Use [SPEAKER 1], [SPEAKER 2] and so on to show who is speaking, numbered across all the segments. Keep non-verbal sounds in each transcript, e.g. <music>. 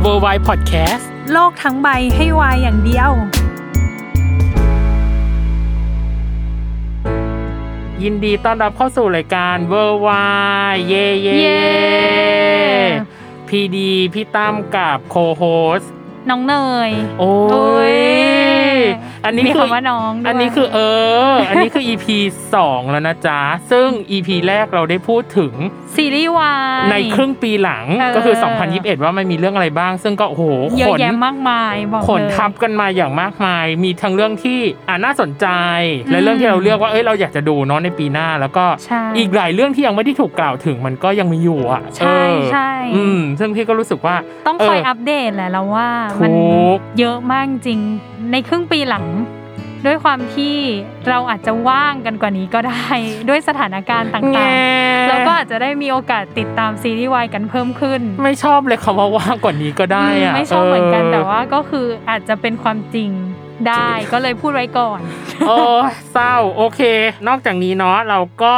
[SPEAKER 1] เวอร์ไวพอดแคสต์
[SPEAKER 2] โลกทั้งใบให้วายอย่างเดียว
[SPEAKER 1] ยินดีต้อนรับเข้าสู่รายการเวอร์ไวเย่เย่
[SPEAKER 2] เย่
[SPEAKER 1] พีดีพี่ตั้มกับโคโฮส
[SPEAKER 2] น้องเนย
[SPEAKER 1] โอ้
[SPEAKER 2] โอ้
[SPEAKER 1] ย
[SPEAKER 2] ย
[SPEAKER 1] อันนี้
[SPEAKER 2] มี
[SPEAKER 1] คือ
[SPEAKER 2] คำว่าน้องด้วย
[SPEAKER 1] อันนี้คือเออ อันนี้คือ EP 2 แล้วนะจ๊ะ ซึ่ง EP แรกเราได้พูดถึง
[SPEAKER 2] ซีรีส์วาย
[SPEAKER 1] ในครึ่งปีหลัง
[SPEAKER 2] เออ
[SPEAKER 1] ก็คือ 2021 ว่ามันมีเรื่องอะไรบ้าง ซึ่งก็โอ้โห
[SPEAKER 2] เยอะ
[SPEAKER 1] ขน
[SPEAKER 2] แยะมากมายบอก
[SPEAKER 1] ขน
[SPEAKER 2] เลย
[SPEAKER 1] ทับกันมาอย่างมากมาย มีทั้งเรื่องที่อ่าน่าสนใจ
[SPEAKER 2] อืม
[SPEAKER 1] และเรื่องที่เราเลือกว่า เอ้ย เราอยากจะดูเนาะในปีหน้า แล้วก็
[SPEAKER 2] ใช่
[SPEAKER 1] อีกหลายเรื่องที่ยังไม่ได้ถูกกล่าวถึงมันก็ยังมีอยู่อ่ะ
[SPEAKER 2] ใช่
[SPEAKER 1] เออ
[SPEAKER 2] ใช่
[SPEAKER 1] อืม ซึ่งพี่ก็รู้สึกว่า
[SPEAKER 2] ต้องคอย
[SPEAKER 1] เอออั
[SPEAKER 2] อัปเดตแหละเราว่า
[SPEAKER 1] ถูก
[SPEAKER 2] มัเยอะมากจริงในครึ่งปีหลัง ด้วยความที่เราอาจจะว่างกันกว่านี้ก็ได้ <laughs> ด้วยสถานการณ์ต่างๆ แล้วก็อาจจะได้มีโอกาสติดตามซีรีส์วายกันเพิ่มขึ้น
[SPEAKER 1] ไม่ชอบเลยคำว่าว่างกว่านี้ก็ได้อ่ะ
[SPEAKER 2] ไม่ชอบเหมือนกันแต่ว่า
[SPEAKER 1] เ
[SPEAKER 2] ก็คืออาจจะเป็นความจริงได้ก็เลยพูดไว้ก่อน
[SPEAKER 1] โอ้ยเศร้าโอเค นอกจากนี้เนาะเราก็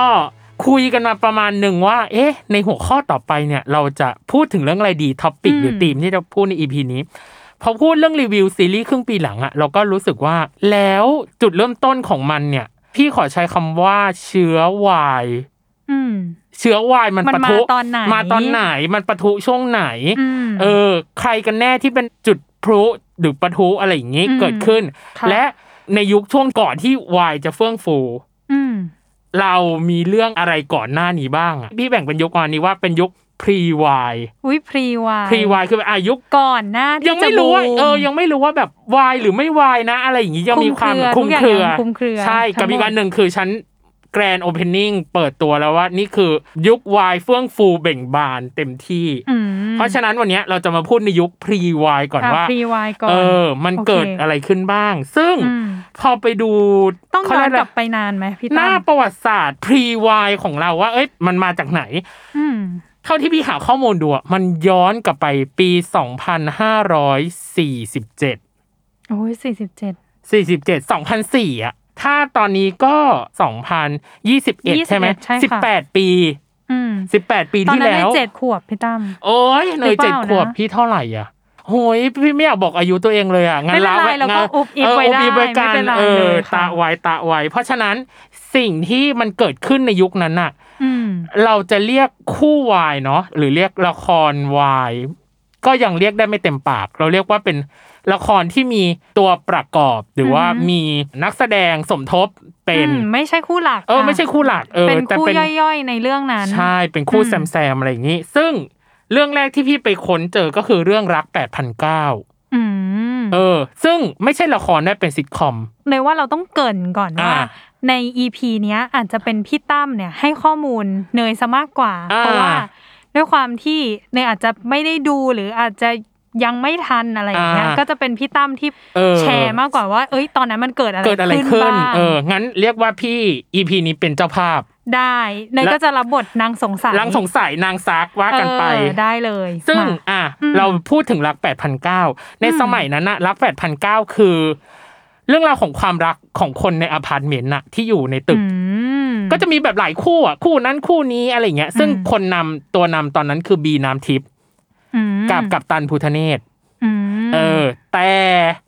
[SPEAKER 1] คุยกันมาประมาณหนึ่งว่า เอ๊ะ ในหัวข้อต่อไปเนี่ย เราจะพูดถึงเรื่องอะไรดีท็อปิก
[SPEAKER 2] อืม
[SPEAKER 1] หรือธีมที่จะพูดในอีพีนี้ พอพูดเรื่องรีวิวซีรีส์ครึ่งปีหลังอะเราก็รู้สึกว่า แล้วจุดเริ่มต้นของมันเนี่ย พี่ขอใช้คำว่าเชื้อวาย
[SPEAKER 2] อืม
[SPEAKER 1] เชื้อวายมัน
[SPEAKER 2] มัน
[SPEAKER 1] ปะ
[SPEAKER 2] มา
[SPEAKER 1] ทุ
[SPEAKER 2] ตอนไหน
[SPEAKER 1] มาตอนไหนมันปะทุช่วงไหน
[SPEAKER 2] อืม
[SPEAKER 1] เออใครกันแน่ที่เป็นจุดพลุหรือประทุอะไรอย่างนี้
[SPEAKER 2] อืม
[SPEAKER 1] เกิดขึ้น
[SPEAKER 2] ค่ะ
[SPEAKER 1] และในยุคช่วงก่อนที่วายจะเฟื่องฟู
[SPEAKER 2] อืม
[SPEAKER 1] เรามีเรื่องอะไรก่อนหน้านี้บ้างอะพี่แบ่งเป็นยุคก่อนนี้ว่าเป็นยุคพรีวาย
[SPEAKER 2] อุ้ยพรีวาย
[SPEAKER 1] พรีวายคืออายุค
[SPEAKER 2] ก่อนหน้าที่
[SPEAKER 1] ยังไม่รู้ว่า
[SPEAKER 2] จะบู
[SPEAKER 1] เออยังไม่รู้ว่าแบบวายหรือไม่วายนะ อะไรอย่างนี้ยังมีความ
[SPEAKER 2] คุมเครือทุกอย่างยังคุมเครือ
[SPEAKER 1] ใช่
[SPEAKER 2] ทั้
[SPEAKER 1] กับ
[SPEAKER 2] งหมด
[SPEAKER 1] อีกอันหนึ่งคือชั้นแกรนโอเพนนิ่งเปิดตัวแล้วว่านี่คือยุควายเฟื่องฟูเบ่งบานเต็มที่
[SPEAKER 2] อืม
[SPEAKER 1] เพราะฉะนั้นวันเนี้ยเราจะมาพูดในยุคพรีวายก่อนว่า
[SPEAKER 2] พรีวายก่อน
[SPEAKER 1] เออ มัน
[SPEAKER 2] โอเค
[SPEAKER 1] เกิดอะไรขึ้นบ้าง ซึ่ง
[SPEAKER 2] ม
[SPEAKER 1] พอไปดู
[SPEAKER 2] ต้อง
[SPEAKER 1] เขา
[SPEAKER 2] ย้อ
[SPEAKER 1] เรียกอะไร
[SPEAKER 2] นกลับไปนานไหมพี่
[SPEAKER 1] ห
[SPEAKER 2] ตั้
[SPEAKER 1] น้าม ประวัติศาสตร์พรีวายของเราว่า เอ้ย มันมาจากไหน
[SPEAKER 2] อืม
[SPEAKER 1] เท่าที่พี่หาข้อมูลดูอะมันย้อนกลับไปปี 2547
[SPEAKER 2] โอ้ยสี่สิบเจ็ด
[SPEAKER 1] 47 2004อะถ้าตอนนี้ก็ 2021 ใช่ไหม
[SPEAKER 2] 21ใช่ค่ะ
[SPEAKER 1] 18 ปี
[SPEAKER 2] อืม
[SPEAKER 1] 18 ปี
[SPEAKER 2] ตอน
[SPEAKER 1] ที่
[SPEAKER 2] นั้น
[SPEAKER 1] แล้
[SPEAKER 2] ได้
[SPEAKER 1] ว
[SPEAKER 2] เจ็ดขวบพี่ตั้ม
[SPEAKER 1] โอ้ยเนย
[SPEAKER 2] หรือเป
[SPEAKER 1] เจ็ด
[SPEAKER 2] ล่า
[SPEAKER 1] ขวบ
[SPEAKER 2] นะ
[SPEAKER 1] พี่เท่าไหร่อ่ะโอ้ยพี่ไม่อยากบอกอายุตัวเองเลยอ่ะงั้
[SPEAKER 2] ไม่
[SPEAKER 1] น
[SPEAKER 2] เป็น
[SPEAKER 1] ละ
[SPEAKER 2] ไร
[SPEAKER 1] ว้
[SPEAKER 2] เราก็
[SPEAKER 1] งั้น
[SPEAKER 2] อุบอิบ
[SPEAKER 1] เ
[SPEAKER 2] ไว้ได้
[SPEAKER 1] อุบว้กัน
[SPEAKER 2] ไม่เป็นไร
[SPEAKER 1] เออ
[SPEAKER 2] เลยค่ะ
[SPEAKER 1] ตะไว้ตะไว้เพราะฉะนั้นสิ่งที่มันเกิดขึ้นในยุคนั้นน่ะ
[SPEAKER 2] อืม
[SPEAKER 1] เราจะเรียกคู่วายเนาะหรือเรียกละครวายก็ยังเรียกได้ไม่เต็มปาก เราเรียกว่าเป็นละครที่มีตัวประกอบ หรือว่า
[SPEAKER 2] อือฮึ
[SPEAKER 1] มีนักแสดงสมทบเป็น
[SPEAKER 2] อืมไม่ใช่คู่หลัก
[SPEAKER 1] เออไม่ใช่คู่หลักเออ
[SPEAKER 2] เป็น
[SPEAKER 1] แต่
[SPEAKER 2] คู่
[SPEAKER 1] เป็น
[SPEAKER 2] ย่อยๆในเรื่องนั้น
[SPEAKER 1] ใช่ เป็นคู่
[SPEAKER 2] อืม
[SPEAKER 1] แซมแซมอะไรอย่างนี้ ซึ่งเรื่องแรกที่พี่ไปค้นเจอก็คือเรื่องรัก 8,009
[SPEAKER 2] อืม
[SPEAKER 1] เออ ซึ่งไม่ใช่ละครได้เป็นซิทคอม
[SPEAKER 2] เลยว่าเราต้องเกริ่นก่อนว่า
[SPEAKER 1] อ่า
[SPEAKER 2] ใน EP เนี้ยอาจจะเป็นพี่ตั้มเนี่ยให้ข้อมูลเนยซะมากกว่า
[SPEAKER 1] อ่า
[SPEAKER 2] เพราะว่าด้วยความที่เนยอาจจะไม่ได้ดูหรืออาจจะยังไม่ทันอะไรอย่างเงี้ยก็จะเป็นพี่ตั้มที่
[SPEAKER 1] เออ
[SPEAKER 2] แชร์มากกว่าว่า เอ้ยตอนนั้นมันเกิดอะไร
[SPEAKER 1] เกิดอะไรขึ้น
[SPEAKER 2] บ้าง
[SPEAKER 1] เออ งั้นเรียกว่าพี่ EP นี้เป็นเจ้าภาพ
[SPEAKER 2] ได้เนย
[SPEAKER 1] และ
[SPEAKER 2] ก็จะรับบทนางสงสัย
[SPEAKER 1] ลังสงสัยนางซักว่ากันไป
[SPEAKER 2] เออได้เลย
[SPEAKER 1] ซึ่ง
[SPEAKER 2] มา
[SPEAKER 1] อ่ะ
[SPEAKER 2] อืม
[SPEAKER 1] เราพูดถึงรัก 8,009ใน
[SPEAKER 2] อืม
[SPEAKER 1] สมัยนั้นนะรัก 8,009คือ เรื่องราวของความรักของคนในอพาร์ตเมนต์น่ะที่อยู่ในตึก
[SPEAKER 2] อืม
[SPEAKER 1] ก็จะมีแบบหลายคู่อ่ะคู่นั้นคู่นี้อะไรอย่างเงี้ย ซึ่ง
[SPEAKER 2] อืม
[SPEAKER 1] คนนำตัวนำตอนนั้นคือบีน้ำทิพย์
[SPEAKER 2] อืม
[SPEAKER 1] กับกับตันพุทธเนศ
[SPEAKER 2] อืม
[SPEAKER 1] เออ แต่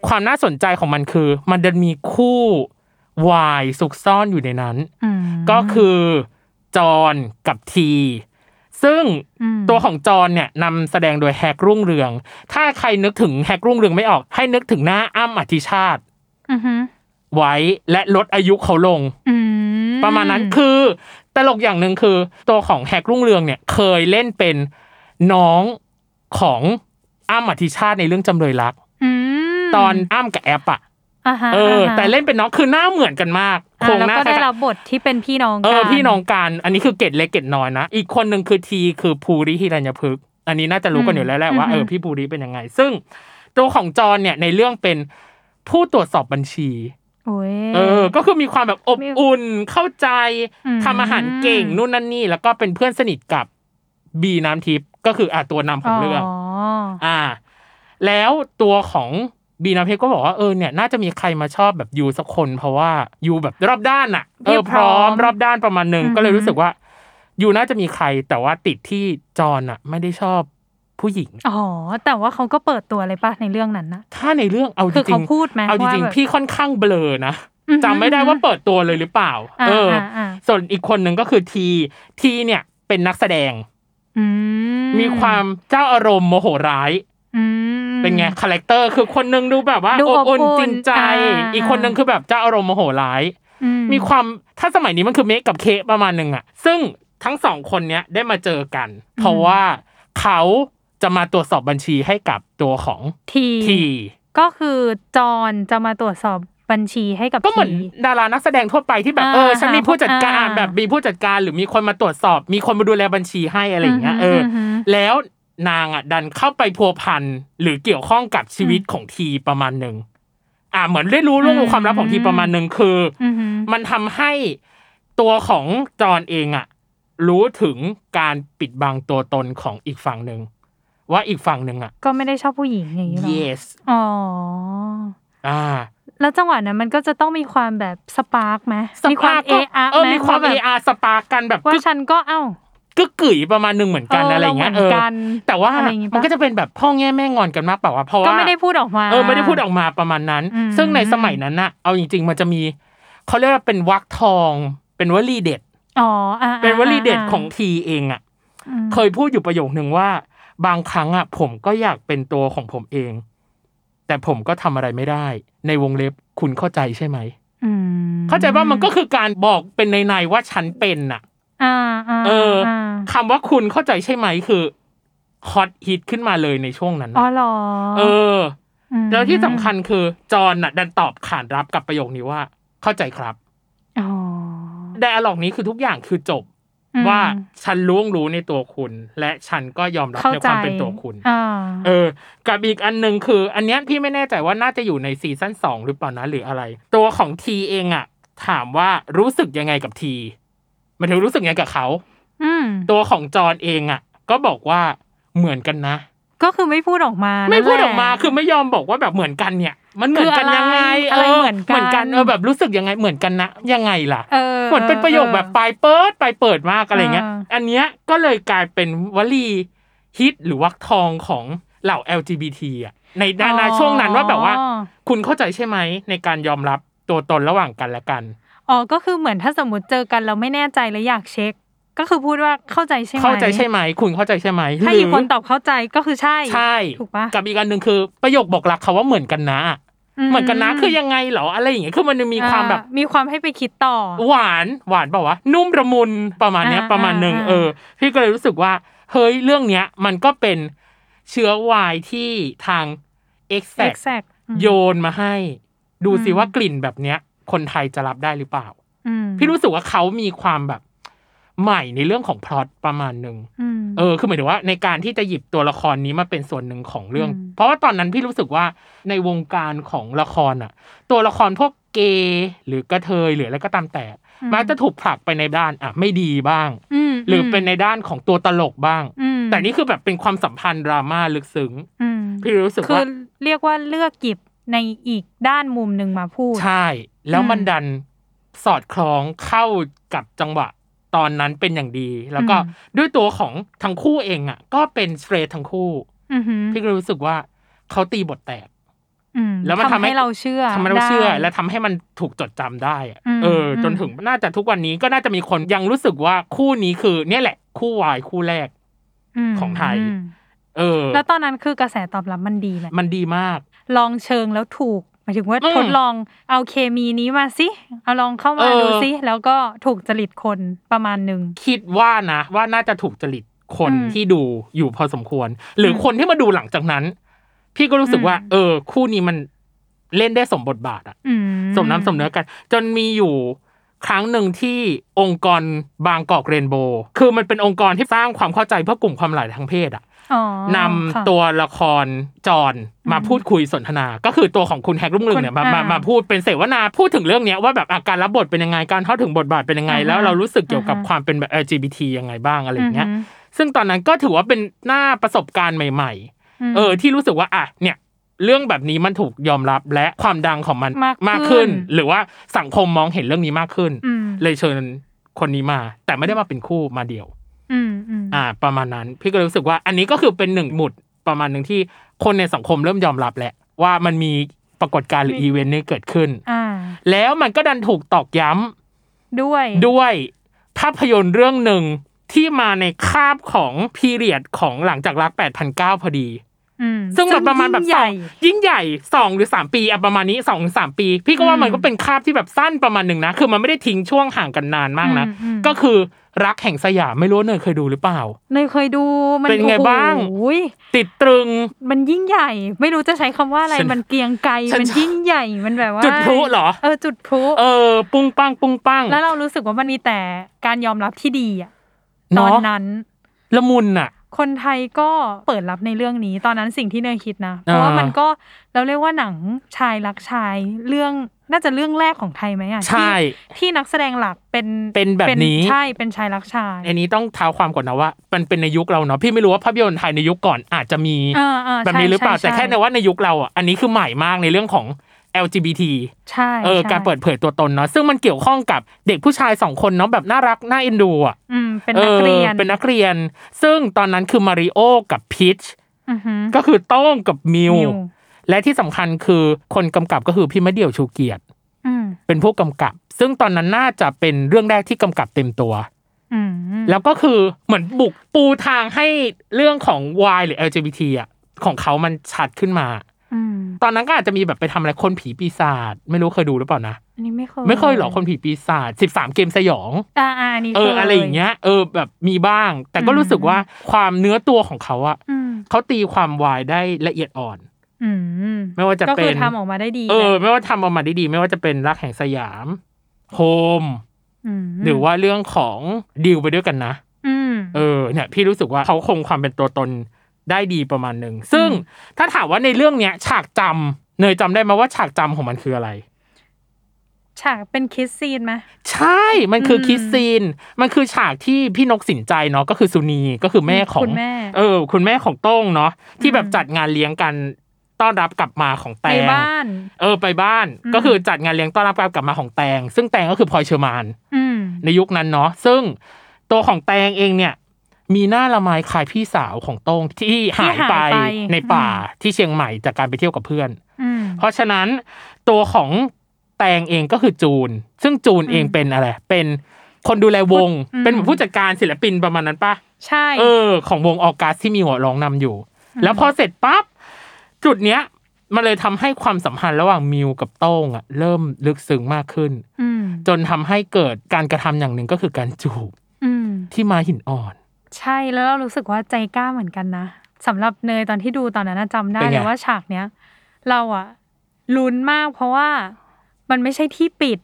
[SPEAKER 1] ความน่าสนใจของมันคือ มันดันมีคู่วายซุกซ่อนอยู่ในนั้น
[SPEAKER 2] ม
[SPEAKER 1] ก็คือจอนกับที ซึ่ง
[SPEAKER 2] ม
[SPEAKER 1] ตัวของจอนเนี่ยนำแสดงโดยแฮกรุ่งเรือง ถ้าใครนึกถึงแฮกรุ่งเรืองไม่ออก ให้นึกถึงหน้าอ้ำอธิชาติ
[SPEAKER 2] อือฮึ
[SPEAKER 1] ไว้และลดอายุเขาลง
[SPEAKER 2] อืม
[SPEAKER 1] ประมาณนั้นคือตลกอย่างหนึ่งคือ ตัวของแฮกรุ่งเรืองเนี่ยเคยเล่นเป็นน้องของอ้ำอธิชาติในเรื่องจำเลยรัก
[SPEAKER 2] ม
[SPEAKER 1] ตอนอ้ำกับแอปอะ
[SPEAKER 2] าฮะ
[SPEAKER 1] เออ
[SPEAKER 2] าฮะ
[SPEAKER 1] แต่เล่นเป็นน้องคือหน้าเหมือนกันมากโคร
[SPEAKER 2] อ่าง แล้ว
[SPEAKER 1] หน้า
[SPEAKER 2] ก็
[SPEAKER 1] คล้า
[SPEAKER 2] ได้
[SPEAKER 1] ยๆ
[SPEAKER 2] รับบทที่เป็นพี่น้อง
[SPEAKER 1] เออ
[SPEAKER 2] กัน
[SPEAKER 1] พี่น้องกันอันนี้คือเกตเล็กเกตน้อยนะ อีกคนหนึ่งคือทีคือภูริฮิรัญพฤกษ์อันนี้น่าจะรู้กันอยู่แล้วแหละ
[SPEAKER 2] อืม
[SPEAKER 1] ว่าเออ
[SPEAKER 2] อืม
[SPEAKER 1] พี่ภูริเป็นยังไง ซึ่งตัวของจรเนี่ยในเรื่องเป็นผู้ตรวจสอบบัญชี
[SPEAKER 2] โอ้ย
[SPEAKER 1] เออ ก็คือมีความแบบอบ
[SPEAKER 2] มี
[SPEAKER 1] อุ่นเข้าใจ
[SPEAKER 2] อืม
[SPEAKER 1] ทำอาหารเก่งนู่นนั่นนี่ แล้วก็เป็นเพื่อนสนิทกับบีน้ำทิพย์ก็คืออ่ะตัวนำของเรื่อง
[SPEAKER 2] อ๋อ
[SPEAKER 1] อ่า แล้วตัวของบีนาเพชรก็บอกว่าเออเนี่ยน่าจะมีใครมาชอบแบบยูสักคน เพราะว่ายูแบบรอบด้านอะเออพร้อม รอบด้านประมาณหนึ่งก็เลยรู้สึกว่ายูน่าจะมีใครแต่ว่าติดที่จอนอะไม่ได้ชอบผู้หญิง
[SPEAKER 2] อ๋อ แต่ว่าเขาก็เปิดตัวเลยป่ะในเรื่องนั้นนะ
[SPEAKER 1] ถ้าในเรื่องเอาจ
[SPEAKER 2] คือ
[SPEAKER 1] ริ
[SPEAKER 2] เขา
[SPEAKER 1] ง
[SPEAKER 2] พูดไหม
[SPEAKER 1] เอาจริง
[SPEAKER 2] ว่าแบ
[SPEAKER 1] ๆ
[SPEAKER 2] บ
[SPEAKER 1] พี่ค่อนข้างเบลอนะ
[SPEAKER 2] อือฮึ
[SPEAKER 1] จำไม่ได้ว่าเปิดตัวเลยหรือเปล่า
[SPEAKER 2] อ่า
[SPEAKER 1] เอออา ส่วนอีกคนหนึ่งก็คือทีทีเนี่ยเป็นนักแสดง
[SPEAKER 2] อื
[SPEAKER 1] มีความเจ้าอารมณ์โมโหร้าย
[SPEAKER 2] อืม
[SPEAKER 1] เป็นไงคาแรคเตอร์คือคนหนึงดูแบบว่า
[SPEAKER 2] ดู
[SPEAKER 1] อบอุ่น
[SPEAKER 2] อบ
[SPEAKER 1] จ
[SPEAKER 2] อุ่น
[SPEAKER 1] ริงใจ
[SPEAKER 2] อ่า
[SPEAKER 1] อีกคนหนึงคือแบบเจ้าอารมณ์โมโหร้าย
[SPEAKER 2] อื
[SPEAKER 1] มีความถ้าสมัยนี้มันคือเมคกับเคกประมาณหนึ่งอะซึ่งทั้งสองคนเนี้ยได้มาเจอกัน เพราะ
[SPEAKER 2] อืม
[SPEAKER 1] ว่าเขาจะมาตรวจสอบบัญชีให้กับตัวของ
[SPEAKER 2] ที
[SPEAKER 1] ที
[SPEAKER 2] ก็คือจอนจะมาตรวจสอบบัญชีให้กับ
[SPEAKER 1] ก็เหมือน
[SPEAKER 2] ที
[SPEAKER 1] ดารานักแสดงทั่วไปที่แบบ
[SPEAKER 2] อ่า
[SPEAKER 1] เออฉันมีผู้จัดการ
[SPEAKER 2] อ่า
[SPEAKER 1] แบบมีผู้จัดการหรือมีคนมาตรวจสอบ มีคนมาดูแลบัญชีให้อะไรอย่างเงี้ยเอออ
[SPEAKER 2] ฮึ
[SPEAKER 1] <laughs> แล้วนางอ่ะดันเข้าไปพัวพันหรือเกี่ยวข้องกับชีวิตของทีประมาณหนึ่งอ่าเหมือนได้รู้ล่วงรู้ความลับของทีประมาณหนึ่งคืออ
[SPEAKER 2] อือฮึ
[SPEAKER 1] มันทำให้ตัวของจอนเองอ่ะ รู้ถึงการปิดบังตัวตนของอีกฝั่งหนึ่งว่าอีกฝั่งหนึ่งอ่ะ
[SPEAKER 2] ก็ไม่ได้ชอบผู้หญิงอย่างนี้หรอ
[SPEAKER 1] yes
[SPEAKER 2] อ๋อ
[SPEAKER 1] อ่า
[SPEAKER 2] แล้วจังหวะนั้นมันก็จะต้องมีความแบบสปาร์กไหมมีความเออาร์
[SPEAKER 1] เออ
[SPEAKER 2] ไหม
[SPEAKER 1] มีความ
[SPEAKER 2] แบ
[SPEAKER 1] เอบ อาสปากันแบบ
[SPEAKER 2] ว่า
[SPEAKER 1] ก็
[SPEAKER 2] ฉันก็เอ้า
[SPEAKER 1] ก็กึ๋ยประมาณหนึ่งเหมือนกันอะไรอย่างเงี้ย
[SPEAKER 2] าห
[SPEAKER 1] เอ
[SPEAKER 2] มื
[SPEAKER 1] อ
[SPEAKER 2] อนกัน
[SPEAKER 1] แต่ว่า
[SPEAKER 2] อะไรอย่างงี้ปะ
[SPEAKER 1] มันก็จะเป็นแบบพ่อแง่แม่งอนกันมากเปล่าวะเพราะว่า
[SPEAKER 2] ก็ไม่ได้พูดออกมา
[SPEAKER 1] เออไม่ได้พูดออกมาประมาณนั้น
[SPEAKER 2] อืม
[SPEAKER 1] ซึ่งในสมัยนั้นน่ะ เอาจริง ๆ มันจะมีเขาเรียกว่าเป็นวักทอง เป็นวลีเด็ด
[SPEAKER 2] อ๋ออ่า
[SPEAKER 1] เป็นวลีเด็ด
[SPEAKER 2] า
[SPEAKER 1] ของทีเองอ่ะ
[SPEAKER 2] อืม
[SPEAKER 1] เคยพูดอยู่ประโยคหนึ่งว่า บางครั้งอ่ะ ผมก็อยากเป็นตัวของผมเอง แต่ผมก็ทำอะไรไม่ได้ ในวงเล็บคุณเข้าใจใช่ไหม
[SPEAKER 2] อืม
[SPEAKER 1] เข้าใจว่ามันก็คือการบอกเป็นในในๆว่าฉันเป็นน่ะ
[SPEAKER 2] อ่าอ่า
[SPEAKER 1] เอออา คำว่าคุณเข้าใจใช่ไหมคือฮอตฮิตขึ้นมาเลยในช่วงนั้น
[SPEAKER 2] อ๋อ
[SPEAKER 1] น่ะ
[SPEAKER 2] เหรอ
[SPEAKER 1] เออ
[SPEAKER 2] ม
[SPEAKER 1] แล้วที่สำคัญคือจอห์นน่ะดันตอบขานรับกับประโยคนี้ว่า เข้าใจครับ
[SPEAKER 2] อ๋อ
[SPEAKER 1] ไดอะล็อกนี้คือทุกอย่างคือจบ
[SPEAKER 2] อืม
[SPEAKER 1] ว่าฉันล้วงรู้ในตัวคุณ และฉันก็ยอมรับ
[SPEAKER 2] เข้า
[SPEAKER 1] ในค
[SPEAKER 2] ใจ
[SPEAKER 1] วามเป็นตัวคุณ
[SPEAKER 2] อ่า
[SPEAKER 1] เออ กับอีกอันหนึ่งคือ อันเนี้ยพี่ไม่แน่ใจว่าน่าจะอยู่ในซีซั่นสองหรือเปล่านะหรืออะไร ตัวของทีเองอะถามว่ารู้สึกยังไงกับทีมันถึงรู้สึกยังไงกับเขา
[SPEAKER 2] อืม
[SPEAKER 1] ตัวของจอห์นเองอะก็บอกว่าเหมือนกันนะ
[SPEAKER 2] ก็คือไม่พูดออกมา
[SPEAKER 1] ไม่พูดออกมา
[SPEAKER 2] นั่นแหละ
[SPEAKER 1] คือไม่ยอมบอกว่าแบบเหมือนกันเนี่ย มันเหมือนกันยังไง
[SPEAKER 2] คืออะไรอะไรเหมือนกัน
[SPEAKER 1] เหมือนกันเออแบบรู้สึกยังไงเหมือนกันนะยังไงล่ะ
[SPEAKER 2] เออ
[SPEAKER 1] เหมือนเป็นประโยคแบบปลายเปิดปลายเปิดมากอะไรเงี้ย
[SPEAKER 2] อ่า
[SPEAKER 1] อันเนี้ยก็เลยกลายเป็นวลีฮิตหรือวักทองของเหล่า LGBT อ่ะในในในช่วงนั้นว่าแบบว่า
[SPEAKER 2] อ๋อ
[SPEAKER 1] คุณเข้าใจใช่ไหมในการยอมรับตัวตนระหว่างกันและกัน
[SPEAKER 2] อ๋อก็คือเหมือนถ้าสมมติเจอกันเราไม่แน่ใจและอยากเช็ค ก็คือพูดว่าเข้าใจใช่ไหม
[SPEAKER 1] เข้าใจใช่ไหม คุณเข้าใจใช่ไหม
[SPEAKER 2] ถ้า
[SPEAKER 1] หรื
[SPEAKER 2] อีกคนตอบเข้าใจก็คือใช่
[SPEAKER 1] ใช่
[SPEAKER 2] ถูกปะ
[SPEAKER 1] กับอีกอันหนึ่งคือประโยคบอกรักเขาว่าเหมือนกันนะ เหมือนกันนะคือยังไงเหรออะไรอย่างเงี้ยคือมันจะมีความแบบ
[SPEAKER 2] อ่มีความให้ไปคิดต่อ
[SPEAKER 1] หวานหวานเปล่าวะนุ่มระมุนประมาณเนี้ย
[SPEAKER 2] อ่า
[SPEAKER 1] ประมาณหนึ่ง
[SPEAKER 2] อ่า
[SPEAKER 1] เออ พี่ก็เลยรู้สึกว่า เฮ้ยเรื่องเนี้ย มันก็เป็นเชื้อวายที่ทาง e x a c t
[SPEAKER 2] exact อืม
[SPEAKER 1] โยนมาให้ ดูสิ
[SPEAKER 2] อืม
[SPEAKER 1] ว่ากลิ่นแบบเนี้ย คนไทยจะรับได้หรือเปล่า
[SPEAKER 2] อืม
[SPEAKER 1] พี่รู้สึกว่าเขามีความแบบ ใหม่ในเรื่องของพล็อตประมาณหนึ่ง
[SPEAKER 2] อืม
[SPEAKER 1] เออคือหมายถึงว่าในการที่จะหยิบตัวละครนี้มาเป็นส่วนหนึ่งของเรื่อง
[SPEAKER 2] อืม
[SPEAKER 1] เพราะว่าตอนนั้นพี่รู้สึกว่าในวงการของละครอ่ะ ตัวละครพวกเกย์หรือกระเทยหรืออะไรก็ตามแต่ มักจะถูกผลักไปในด้านอ่ะไม่ดีบ้าง
[SPEAKER 2] ม
[SPEAKER 1] หรือเป็นในด้านของตัวตลกบ้าง
[SPEAKER 2] อืม
[SPEAKER 1] แต่นี่คือแบบเป็นความสัมพันธ์ดราม่าลึกซึ้ง
[SPEAKER 2] อืม
[SPEAKER 1] พี่รู้สึก
[SPEAKER 2] คื
[SPEAKER 1] ว่า
[SPEAKER 2] อเรียกว่าเลือกหยิบในอีกด้านมุมหนึ่งมาพูด
[SPEAKER 1] ใช่ แล้ว
[SPEAKER 2] อืม
[SPEAKER 1] มันดันสอดคล้องเข้ากับจังหวะตอนนั้นเป็นอย่างดี แล้วก็
[SPEAKER 2] อืม
[SPEAKER 1] ด้วยตัวของทั้งคู่เองอ่ะ ก็เป็นสเตรททั้งคู่
[SPEAKER 2] อือหือ
[SPEAKER 1] พี่ก็รู้สึกว่า เขาตีบทแตก
[SPEAKER 2] อืม
[SPEAKER 1] แล้วมันทำให้
[SPEAKER 2] เราเชื่อ
[SPEAKER 1] ทำให้เราเชื่อ
[SPEAKER 2] ได้
[SPEAKER 1] และทำให้มันถูกจดจำได้อะ
[SPEAKER 2] อืม
[SPEAKER 1] เอออ
[SPEAKER 2] ม
[SPEAKER 1] จนถึงน่าจะทุกวันนี้ก็น่าจะมีคนยังรู้สึกว่าคู่นี้คือ เนี่ยแหละ คู่วายคู่แรก
[SPEAKER 2] ม
[SPEAKER 1] ของไทย
[SPEAKER 2] ม
[SPEAKER 1] เออ
[SPEAKER 2] แล้วตอนนั้นคือกระแสตอบรับมันดีไหม
[SPEAKER 1] มันดีมาก
[SPEAKER 2] ลองเชิงแล้วถูกหมายถึงว่า
[SPEAKER 1] อืม
[SPEAKER 2] ทดลองเอาเคมีนี้มาสิเอาลองเข้ามา
[SPEAKER 1] เออ
[SPEAKER 2] ดูสิแล้วก็ถูกจริตคนประมาณหนึ่ง
[SPEAKER 1] คิดว่านะว่าน่าจะถูกจริตคน
[SPEAKER 2] อืม
[SPEAKER 1] ที่ดูอยู่พอสมควร หรืออ
[SPEAKER 2] ม
[SPEAKER 1] คนที่มาดูหลังจากนั้น พี่ก็รู้สึกว่า
[SPEAKER 2] อืม
[SPEAKER 1] เออ คู่นี้มันเล่นได้สมบทบาทอะ
[SPEAKER 2] อื
[SPEAKER 1] สมน้ำสมเนื้อกัน จนมีอยู่ครั้งหนึ่งที่องค์กรบางกอกเรนโบว์คือมันเป็นองค์กรที่สร้างความเข้าใจเพื่อกลุ่มความหลากหลายทางเพศอะ
[SPEAKER 2] อ๋อค่ะ
[SPEAKER 1] นำตัวละครจอนมา
[SPEAKER 2] อืม
[SPEAKER 1] พูดคุยสนทนา ก็คือตัวของคุณแฮกรุ่งเรืองเนี่ย
[SPEAKER 2] คุณ
[SPEAKER 1] มามา
[SPEAKER 2] อ่าม
[SPEAKER 1] มาพูดเป็นเสวนาพูดถึงเรื่องเนี้ยว่าแบบอาการรับบทเป็นยังไงการเข้าถึงบทบาทเป็นยังไง
[SPEAKER 2] อ่าฮะ
[SPEAKER 1] แล้วเรารู้สึกเกี่ยวกับ
[SPEAKER 2] อ่าฮะ
[SPEAKER 1] ความเป็นแบบ LGBT ยังไงบ้างอะไรอย่างเงี้ย
[SPEAKER 2] ม
[SPEAKER 1] ซึ่งตอนนั้นก็ถือว่าเป็นหน้าประสบการณ์ใหม่ ๆ
[SPEAKER 2] ม
[SPEAKER 1] เออที่รู้สึกว่าอ่ะเนี่ย เรื่องแบบนี้มันถูกยอมรับและความดังของมัน
[SPEAKER 2] มากขึ้น
[SPEAKER 1] ขึ้น หรือว่าสังคมมองเห็นเรื่องนี้มากขึ้น
[SPEAKER 2] อืม
[SPEAKER 1] เลยเชิญคนนี้มา แต่ไม่ได้มาเป็นคู่มาเดี่ยว
[SPEAKER 2] อืมอืม
[SPEAKER 1] อ่า ประมาณนั้น พี่ก็เลยรู้สึกว่า อันนี้ก็คือเป็นหนึ่งหมุดประมาณหนึ่งที่คนในสังคมเริ่มยอมรับแหละ ว่ามันมีปรากฏการณ์หรือ
[SPEAKER 2] มี
[SPEAKER 1] อีเวนต์นี้เกิดขึ้น
[SPEAKER 2] อ่า
[SPEAKER 1] แล้วมันก็ดันถูกตอกย้ำ
[SPEAKER 2] ด้วย
[SPEAKER 1] ด้วยภาพยนตร์เรื่องหนึ่งที่มาในคาบของพีเรียดของหลังจากรัก8,009พอดี
[SPEAKER 2] อืม
[SPEAKER 1] ซึ่งแบบประมาณแบบ
[SPEAKER 2] ยิ่งใหญ่
[SPEAKER 1] สองยิ่งใหญ่สองหรือสามปีอะประมาณนี้สองหรือสามปี พี่ก็ว่า
[SPEAKER 2] อืม
[SPEAKER 1] มันก็เป็นคาบที่แบบสั้นประมาณหนึ่งนะ คือมันไม่ได้ทิ้งช่วงห่างกันนานมากนะ
[SPEAKER 2] อืมอืม
[SPEAKER 1] ก็คือรักแห่งสยามไม่รู้ว่าเนยเคยดูหรือเปล่า
[SPEAKER 2] เนยเคยดูมัน
[SPEAKER 1] เป็นไง
[SPEAKER 2] โอ้โห
[SPEAKER 1] บ้าง
[SPEAKER 2] อุ๊ย
[SPEAKER 1] ติดตรึง
[SPEAKER 2] มันยิ่งใหญ่ ไม่รู้จะใช้คำว่าอะไร
[SPEAKER 1] ฉัน
[SPEAKER 2] มันเกรียงไกร
[SPEAKER 1] ฉัน
[SPEAKER 2] มันยิ่งใหญ่มันแบบว่า
[SPEAKER 1] จุดพลุเหรอ
[SPEAKER 2] เออจุดพลุ
[SPEAKER 1] เออ ปุ้งปังปุ้งปัง
[SPEAKER 2] แล้วเรารู้สึกว่ามันมีแต่การยอมรับที่ดีอะตอ
[SPEAKER 1] เนาะ
[SPEAKER 2] นนั้น
[SPEAKER 1] ละมุนอะ
[SPEAKER 2] คนไทยก็เปิดรับในเรื่องนี้ ตอนนั้นสิ่งที่เนยคิดนะ เพราะว่า
[SPEAKER 1] อ่ามั
[SPEAKER 2] มันก็เราเรียกว่าหนังชายรักชายเรื่องน่าจะเรื่องแรกของไทยไหมอ่ะ
[SPEAKER 1] ใช่
[SPEAKER 2] ที่ที่นักแสดงหลักเป็น
[SPEAKER 1] เป็นแบบนี้
[SPEAKER 2] ใช่เป็นชายรักชาย
[SPEAKER 1] อันนี้ต้องเท้าความก่อนนะว่า มันเป็นในยุคเราเนาะพี่ไม่รู้ว่าภาพยนตร์ไทยในยุคก่อนอาจจะมี
[SPEAKER 2] อ่าอ่า
[SPEAKER 1] แบบนี้หรือเปล่า
[SPEAKER 2] ใช่
[SPEAKER 1] แต่แค่ในว่าในยุคเราอ่ะอันนี้คือใหม่มากในเรื่องของ LGBT
[SPEAKER 2] ใช่
[SPEAKER 1] เออ
[SPEAKER 2] ใช่
[SPEAKER 1] การเปิดเผยตัวตนเนาะซึ่งมันเกี่ยวข้องกับเด็กผู้ชายสองคนเนาะแบบน่ารักน่าเอ็นดูอ่ะ
[SPEAKER 2] อืมเป็นนักเรียน
[SPEAKER 1] ออเป็นนักเรียน ซึ่งตอนนั้นคือมาริโอกับพีช
[SPEAKER 2] อือหือ
[SPEAKER 1] ก็คือโต้งกับมิว
[SPEAKER 2] มิว
[SPEAKER 1] และที่สำคัญคือคนกำกับก็คือพี่มะเดี่ยวชูเกียรติ
[SPEAKER 2] อืม
[SPEAKER 1] เป็นผู้กำกับ ซึ่งตอนนั้นน่าจะเป็นเรื่องแรกที่กำกับเต็มตัว
[SPEAKER 2] อืม
[SPEAKER 1] แล้วก็คือเหมือนบุกปูทางให้เรื่องของ Y หรือ LGBT อ่ะของเขามันชัดขึ้นมา
[SPEAKER 2] อืม
[SPEAKER 1] ตอนนั้นก็อาจจะมีแบบไปทำอะไรคนผีปีศาจไม่รู้เคยดูหรือเปล่านะ
[SPEAKER 2] อันนี้ไม่เคย
[SPEAKER 1] ไม่เคยเหรอคนผีปีศาจ13 เกมสยอง
[SPEAKER 2] อ่าอ่าอันนี้
[SPEAKER 1] เอ
[SPEAKER 2] ค
[SPEAKER 1] ออะไรอย่างเงี้ย เออแบบมีบ้าง แต่ก็
[SPEAKER 2] อืม
[SPEAKER 1] รู้สึกว่าความเนื้อตัวของเขาอะ
[SPEAKER 2] อืม
[SPEAKER 1] เขาตีความวายได้ละเอียดอ่อน
[SPEAKER 2] อืม
[SPEAKER 1] ไม่ว่าจะ
[SPEAKER 2] ก็
[SPEAKER 1] เป็
[SPEAKER 2] คือน ทำออกมาได้ดี
[SPEAKER 1] เออ
[SPEAKER 2] แหละ
[SPEAKER 1] ไม่ว่าทำออกมาได้ดี ไม่ว่าจะเป็นรักแห่งสยามโฮม
[SPEAKER 2] ม
[SPEAKER 1] หรือว่าเรื่องของดิวไปด้วยกันนะ
[SPEAKER 2] อืม
[SPEAKER 1] เออเนี่ยพี่รู้สึกว่าเขาคงความเป็นตัวตนได้ดีประมาณหนึ่งซึ่ง
[SPEAKER 2] อืม
[SPEAKER 1] ถ้าถามว่าในเรื่องเนี้ย ฉากจำเนยจำได้ไหมว่าฉากจำของมันคืออะไร
[SPEAKER 2] ฉากเป็นคิสซีนไหม
[SPEAKER 1] ใช่ มันคืออ
[SPEAKER 2] ม
[SPEAKER 1] คิสซีน มันคือฉากที่พี่นกสินใจเนาะก็คือสุนีก็คือแม่ของ
[SPEAKER 2] คุณแม่
[SPEAKER 1] เออ คุณแม่ของโต้งเนาะที่
[SPEAKER 2] อืม
[SPEAKER 1] แบบจัดงานเลี้ยงกันต้อนรับกลับมาของแต
[SPEAKER 2] ใน
[SPEAKER 1] ง
[SPEAKER 2] บ้าน
[SPEAKER 1] เออไปบ้าน
[SPEAKER 2] อืม
[SPEAKER 1] ก็คือจัดงานเลี้ยงต้อนรับกลับมาของแตง ซึ่งแตงก็คือพลอยเชอร์มาน
[SPEAKER 2] อืม
[SPEAKER 1] ในยุคนั้นเนาะซึ่งตัวของแตงเองเนี่ย มีหน้าละไมคล้ายพี่สาวของโต้งที่หายไปในป่าที่เชียงใหม่จากการไปเที่ยวกับเพื่อน
[SPEAKER 2] อืม
[SPEAKER 1] เพราะฉะนั้นตัวของแตงเองก็คือจูน ซึ่งจูนเอง
[SPEAKER 2] อืม
[SPEAKER 1] เป็นอะไร เป็นคนดูแลวง
[SPEAKER 2] อืม
[SPEAKER 1] เป็นเหมือนผู้จัดการศิลปินประมาณนั้นปะ
[SPEAKER 2] ใช่
[SPEAKER 1] เออ ของวงออกัสที่มีหัวร้องนำอยู่ แล้วพอเสร็จปั๊บ จุดเนี้ย มันเลยทำให้ความสัมพันธ์ระหว่างมิวกับโต้งอะเริ่มลึกซึ้งมากขึ้น
[SPEAKER 2] ม
[SPEAKER 1] จนทำให้เกิดการกระทำอย่างหนึ่งก็คือการจูบ
[SPEAKER 2] อืม
[SPEAKER 1] ที่มาหินอ่อน
[SPEAKER 2] ใช่แล้วเรารู้สึกว่าใจกล้าเหมือนกันนะสำหรับเนยตอนที่ดูตอนนั้นนะจำได้
[SPEAKER 1] เป็นไง
[SPEAKER 2] เลยว่าฉากเนี้ย เราอะลุ้นมาก เพราะว่ามันไม่ใช่ที่ปิด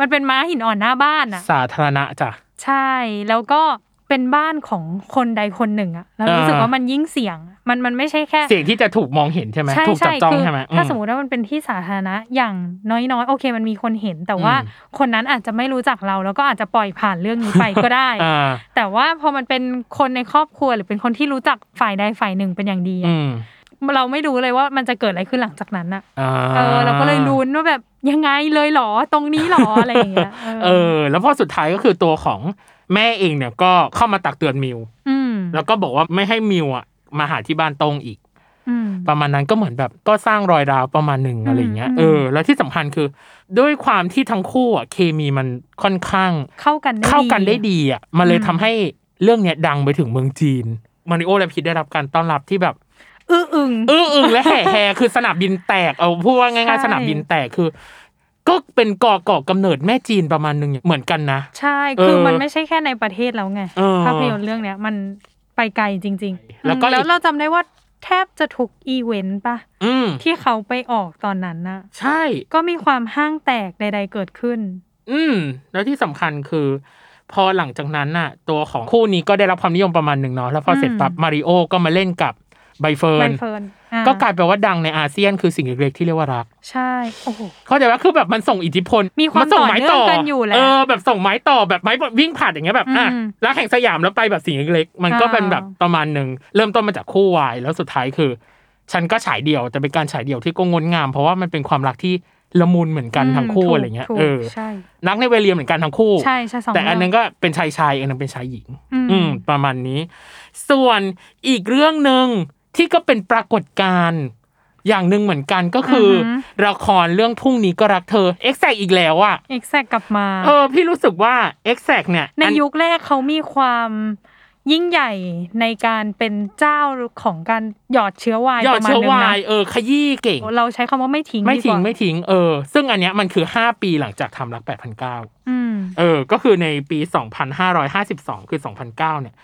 [SPEAKER 2] มันเป็นม้าหินอ่อนหน้าบ้านอะ
[SPEAKER 1] สาธารณะจ้ะ
[SPEAKER 2] ใช่แล้วก็เป็นบ้านของคนใดคนหนึ่งอะเรารู้สึก
[SPEAKER 1] อ่า
[SPEAKER 2] ว่ามันยิ่งเสี่ยง มันมันไม่ใช่แค่
[SPEAKER 1] เสียงที่จะถูกมองเห็นใช่ไหม
[SPEAKER 2] ใช่
[SPEAKER 1] ถูกจับ
[SPEAKER 2] ใช่
[SPEAKER 1] จ้อง
[SPEAKER 2] คือ
[SPEAKER 1] ใช่ไหมอื
[SPEAKER 2] ถ้าสมมติว่ามันเป็นที่สาธารณะอย่างน้อยๆ โอเคมันมีคนเห็น แต่ว่า
[SPEAKER 1] อืม
[SPEAKER 2] คนนั้นอาจจะไม่รู้จักเรา แล้วก็อาจจะปล่อยผ่านเรื่องนี้ไปก็ได้
[SPEAKER 1] อ่า
[SPEAKER 2] แต่ว่าพอมันเป็นคนในครอบครัวหรือเป็นคนที่รู้จักฝ่ายใดฝ่ายหนึ่งเป็นอย่างดี
[SPEAKER 1] อื
[SPEAKER 2] อะ
[SPEAKER 1] ม
[SPEAKER 2] เราไม่รู้เลยว่ามันจะเกิดอะไรขึ้นหลังจากนั้นอะ
[SPEAKER 1] อ่า
[SPEAKER 2] เออเราก็เลยลุ้นว่าแบบยังไงเลยเหรอตรงนี้เหรออะไรอย่างเงี้ย
[SPEAKER 1] เออ แล้วพอสุดท้ายก็คือตัวของแม่เองเนี่ยก็เข้ามาตักเตือนมิว
[SPEAKER 2] อืม
[SPEAKER 1] แล้วก็บอกว่าไม่ให้มิวอะมาหาที่บ้านโต้งอีก
[SPEAKER 2] อืม
[SPEAKER 1] ประมาณนั้นก็เหมือนแบบก็สร้างรอยร้าวประมาณหนึ่งอะไรอย่างเงี้ย
[SPEAKER 2] อืม
[SPEAKER 1] เออแล้วที่สำคัญคือ ด้วยความที่ทั้งคู่อ่ะเคมีมันค่อนข้าง
[SPEAKER 2] เข้ากันได้
[SPEAKER 1] เข้ากันได้ดีอ่ะมันเลย
[SPEAKER 2] อืม
[SPEAKER 1] ทำให้เรื่องเนี้ยดังไปถึงเมืองจีนมาริโอและพีทได้รับการต้อนรับที่แบบ
[SPEAKER 2] อืออึง
[SPEAKER 1] อื้ออึงและแห่แห่คือสนามบินแตกเอาพูดว่าง่าย
[SPEAKER 2] ใช่
[SPEAKER 1] ๆสนามบินแตกคือ ก็เป็นก่อก่อกำเนิดแม่จีนประมาณหนึ่งเหมือนกันนะ
[SPEAKER 2] ใช่ คือ
[SPEAKER 1] เออ
[SPEAKER 2] มันไม่ใช่แค่ในประเทศแล้วไง
[SPEAKER 1] เออ
[SPEAKER 2] ภาพยนตร์เรื่องเนี้ยมันไปไกลจริงๆ
[SPEAKER 1] แล้วก็
[SPEAKER 2] อืมแล้ว
[SPEAKER 1] อีก
[SPEAKER 2] เราจำได้ว่าแทบจะทุกอีเวนต์ปะ
[SPEAKER 1] อืม
[SPEAKER 2] ที่เขาไปออกตอนนั้นน่ะ
[SPEAKER 1] ใช่
[SPEAKER 2] ก็มีความห้างแตกใดๆเกิดขึ้น
[SPEAKER 1] อืม แล้วที่สำคัญคือ พอหลังจากนั้นน่ะ ตัวของคู่นี้ก็ได้รับความนิยมประมาณหนึ่งเนาะแล้วพอเสร็จ
[SPEAKER 2] อืม
[SPEAKER 1] ปั๊บมาริโอก็มาเล่นกับใบเฟิ
[SPEAKER 2] ใบ
[SPEAKER 1] ร์น
[SPEAKER 2] เฟิร์นอ่ะ
[SPEAKER 1] ก็กลายเป็นว่าดังในอาเซียนคือสิ่งเล็กๆที่เรียกว่ารัก
[SPEAKER 2] ใช่ โอ้โห
[SPEAKER 1] เข้าใจว่าคือแบบมันส่งอิทธิพล
[SPEAKER 2] มีความ
[SPEAKER 1] นส่งไม้
[SPEAKER 2] ต่อเนื่องกันอยู่แหละ
[SPEAKER 1] เออแบบส่งไม้ต่อแบบไม้วิ่งผ่านอย่างเงี้ยแบบอ่ะ
[SPEAKER 2] อืม
[SPEAKER 1] รักแห่งสยามแล้วไปแบบสิ่งเล็กๆมันก็
[SPEAKER 2] อ่า
[SPEAKER 1] เป็นแบบประมาณหนึ่งเริ่มต้นมาจากคู่วายแล้วสุดท้ายคือ ฉันก็ฉายเดี่ยวแต่เป็นการฉายเดี่ยวที่ก็งดงาม เพราะว่ามันเป็นความรักที่ละมุนเหมือนกันทั้งคู่
[SPEAKER 2] ม
[SPEAKER 1] อะไรเงี้ย
[SPEAKER 2] ถูก
[SPEAKER 1] เออ
[SPEAKER 2] ใช่
[SPEAKER 1] นักในเวเรียมเหมือนกันทั้งคู่
[SPEAKER 2] ใช่ใช่สอง
[SPEAKER 1] แต่อันนึง
[SPEAKER 2] เรื่
[SPEAKER 1] ก็เป็นชายชายอันนึงเป็นชายหญิง
[SPEAKER 2] อืม
[SPEAKER 1] อืมประมาณนี้ ส่วนอีกเรื่องหนึ่งที่ก็เป็นปรากฏการณ์อย่างหนึ่งเหมือนกันก็คืออ
[SPEAKER 2] อฮึ
[SPEAKER 1] ละครเรื่องพรุ่งนี้ก็รักเธอ e x a c t อีกแล้วอะ
[SPEAKER 2] เอกแซกกลับมา
[SPEAKER 1] เออพี่รู้สึกว่า e x a c t เนี่ย
[SPEAKER 2] ใน
[SPEAKER 1] อัน
[SPEAKER 2] ยุคแรกเขามีความยิ่งใหญ่ในการเป็นเจ้าของการหยอดเชื้อวาย
[SPEAKER 1] ยอ
[SPEAKER 2] ป
[SPEAKER 1] ด
[SPEAKER 2] ระมาณ
[SPEAKER 1] เชื้อ
[SPEAKER 2] นึง
[SPEAKER 1] วาย
[SPEAKER 2] นะ
[SPEAKER 1] เออขยี้เก่ง
[SPEAKER 2] เราใช้คำว่าไม่ทิ้ง
[SPEAKER 1] ไม่
[SPEAKER 2] ดีก
[SPEAKER 1] ทิ้ง
[SPEAKER 2] ว่า
[SPEAKER 1] ไม่ทิ้งเออ ซึ่งอันเนี้ยมันคือ 5 ปีหลังจากทำรัก 8,900
[SPEAKER 2] อืม
[SPEAKER 1] เออ ก็คือในปี 2552 คือ 2009 เนี่ย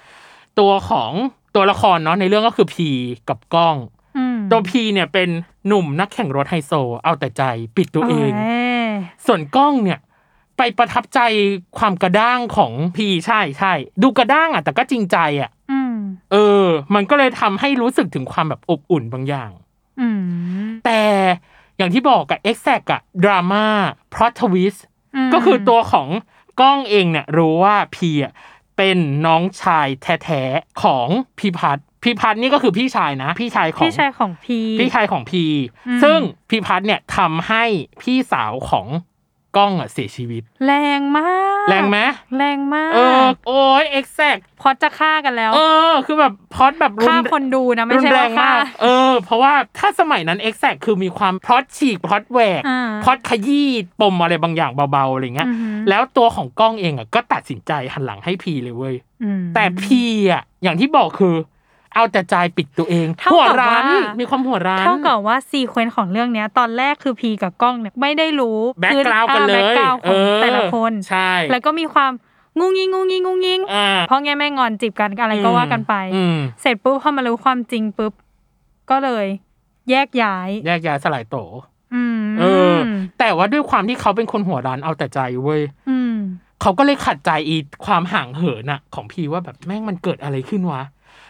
[SPEAKER 1] ตัวของตัวละครเนาะในเรื่องก็คือพีกับกล้อง
[SPEAKER 2] อืม
[SPEAKER 1] ตัวพีเนี่ยเป็นหนุ่มนักแข่งรถไฮโซ เอาแต่ใจปิดตัวเอง
[SPEAKER 2] โย
[SPEAKER 1] ส่วนกล้องเนี่ยไปประทับใจความกระด้างของพีใช่ใช่ ดูกระด้างอ่ะแต่ก็จริงใจอ่ะ
[SPEAKER 2] อืม
[SPEAKER 1] เออ มันก็เลยทำให้รู้สึกถึงความแบบอบอุ่นบางอย่าง
[SPEAKER 2] อืม
[SPEAKER 1] แต่อย่างที่บอกกับเอ็กแซกอะดราม่าพล็อตทวิส
[SPEAKER 2] ม
[SPEAKER 1] ก็คือตัวของกล้องเองเนี่ยรู้ว่าพีอ่ะเป็นน้องชายแท้ๆของพี่พัดพี่พัดนี่ก็คือพี่ชายนะ พี่ชายของ
[SPEAKER 2] พี่ชายของพี
[SPEAKER 1] พี่ชายของพี ซึ่งพี่พัดเนี่ยทำให้พี่สาวของกล้องอ่ะเสียชีวิต
[SPEAKER 2] แรงมาก
[SPEAKER 1] แรงไหม
[SPEAKER 2] แรงมาก
[SPEAKER 1] เออ โอ้ยเอ็กแซก
[SPEAKER 2] พอจะฆ่ากันแล้ว
[SPEAKER 1] เออ คือแบบพล็อดแบบรุ
[SPEAKER 2] ฆ่าน คนดูนะไม่
[SPEAKER 1] รุน
[SPEAKER 2] ใช่
[SPEAKER 1] แร
[SPEAKER 2] ว่างฆ่า
[SPEAKER 1] มาก เออ เพราะว่าถ้าสมัยนั้นเอ็กแซกคือมีความพล็อดฉีกพล็อดแหวก
[SPEAKER 2] อ่า
[SPEAKER 1] พล็อดขยี้ปมอะไรบางอย่างเบาๆอะไรเงี้ย
[SPEAKER 2] อือหือ
[SPEAKER 1] แล้วตัวของกล้องเองอ่ะก็ตัดสินใจหันหลังให้พีเลยเว้ย
[SPEAKER 2] อืม
[SPEAKER 1] แต่พีอ่ะอย่างที่บอกคือ เอาแต่ใจปิดตัวเอง
[SPEAKER 2] เท่า
[SPEAKER 1] หัว
[SPEAKER 2] กับ
[SPEAKER 1] ร้าน
[SPEAKER 2] ว่า
[SPEAKER 1] มีความหัวร้าน
[SPEAKER 2] เท่ากับว่าซีเควนต์ของเรื่องเนี้ย ตอนแรกคือพีกับกล้องเนี่ยไม่ได้รู้
[SPEAKER 1] background กันเลย
[SPEAKER 2] แบ็กกราวข
[SPEAKER 1] เอ
[SPEAKER 2] อง
[SPEAKER 1] อ
[SPEAKER 2] แต่ละคน
[SPEAKER 1] ใช่
[SPEAKER 2] แล้วก็มีความงุ้งงิ้งงุ้งงิ้งงุ้งงิ้ง
[SPEAKER 1] อ่า
[SPEAKER 2] เพราะแง่แม่งอนจีบกันอะไรก็ว่ากันไป
[SPEAKER 1] อืม
[SPEAKER 2] เสร็จปุ๊บพอมารู้ความจริงปุ๊บก็เลย แยกย้าย
[SPEAKER 1] แยกย้ายสลายโตว
[SPEAKER 2] อืม
[SPEAKER 1] เอออ แต่ว่าด้วยความที่เขาเป็นคนหัวร้านเอาแต่ใจเว้ย
[SPEAKER 2] อืม
[SPEAKER 1] เขาก็เลยขัดใจอีความห่างเหินอะของพีว่าแบบแม่งมันเกิดอะไรขึ้นวะ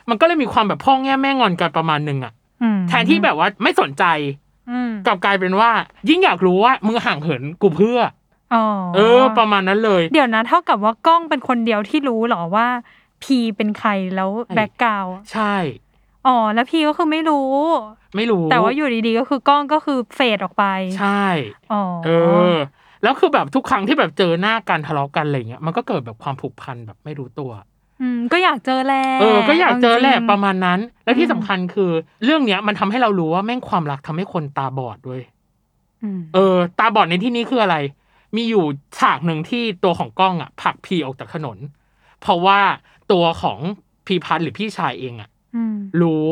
[SPEAKER 1] มันก็เลยมีความแบบพ่อแง่แม่งอนกันประมาณหนึงอะ
[SPEAKER 2] อืม
[SPEAKER 1] แทนที่แบบว่าไม่สนใจ
[SPEAKER 2] อืม
[SPEAKER 1] กลับกลายเป็นว่า ยิ่งอยากรู้ว่ามึงห่างเหินกูเพื่อ
[SPEAKER 2] อ๋อ
[SPEAKER 1] เออ ประมาณนั้นเลย
[SPEAKER 2] เดี๋ยวนะเท่ากับว่ากล้องเป็นคนเดียวที่รู้เหรอว่า พีเป็นใครแล้ว
[SPEAKER 1] ใช่
[SPEAKER 2] แบ็กกราว
[SPEAKER 1] ใช่
[SPEAKER 2] อ๋อแล้วพีก็คือไม่รู้
[SPEAKER 1] ไม่รู้
[SPEAKER 2] แต่ว่าอยู่ดีๆก็คือกล้องก็คือเฟดออกไป
[SPEAKER 1] ใช่
[SPEAKER 2] อ๋อ
[SPEAKER 1] เออ แล้วคือแบบทุกครั้งที่แบบเจอหน้ากันทะเลาะกันอะไรเงี้ยมันก็เกิดแบบความผูกพันแบบไม่รู้ตัว
[SPEAKER 2] มก็อยากเจอแหละ
[SPEAKER 1] เออ ก็อยากเจอแหละ
[SPEAKER 2] จงๆ
[SPEAKER 1] ประมาณนั้น และที่สำคัญคือ เรื่องเนี้ยมันทำให้เรารู้ว่าแม่งความรักทำให้คนตาบอดด้วย
[SPEAKER 2] อืม
[SPEAKER 1] เออ ตาบอดในที่นี้คืออะไร มีอยู่ฉากหนึ่งที่ตัวของกล้องอ่ะผลักพีออกจากถนน เพราะว่าตัวของพีพัทหรือพี่ชายเองอ่ะ
[SPEAKER 2] ม
[SPEAKER 1] รู้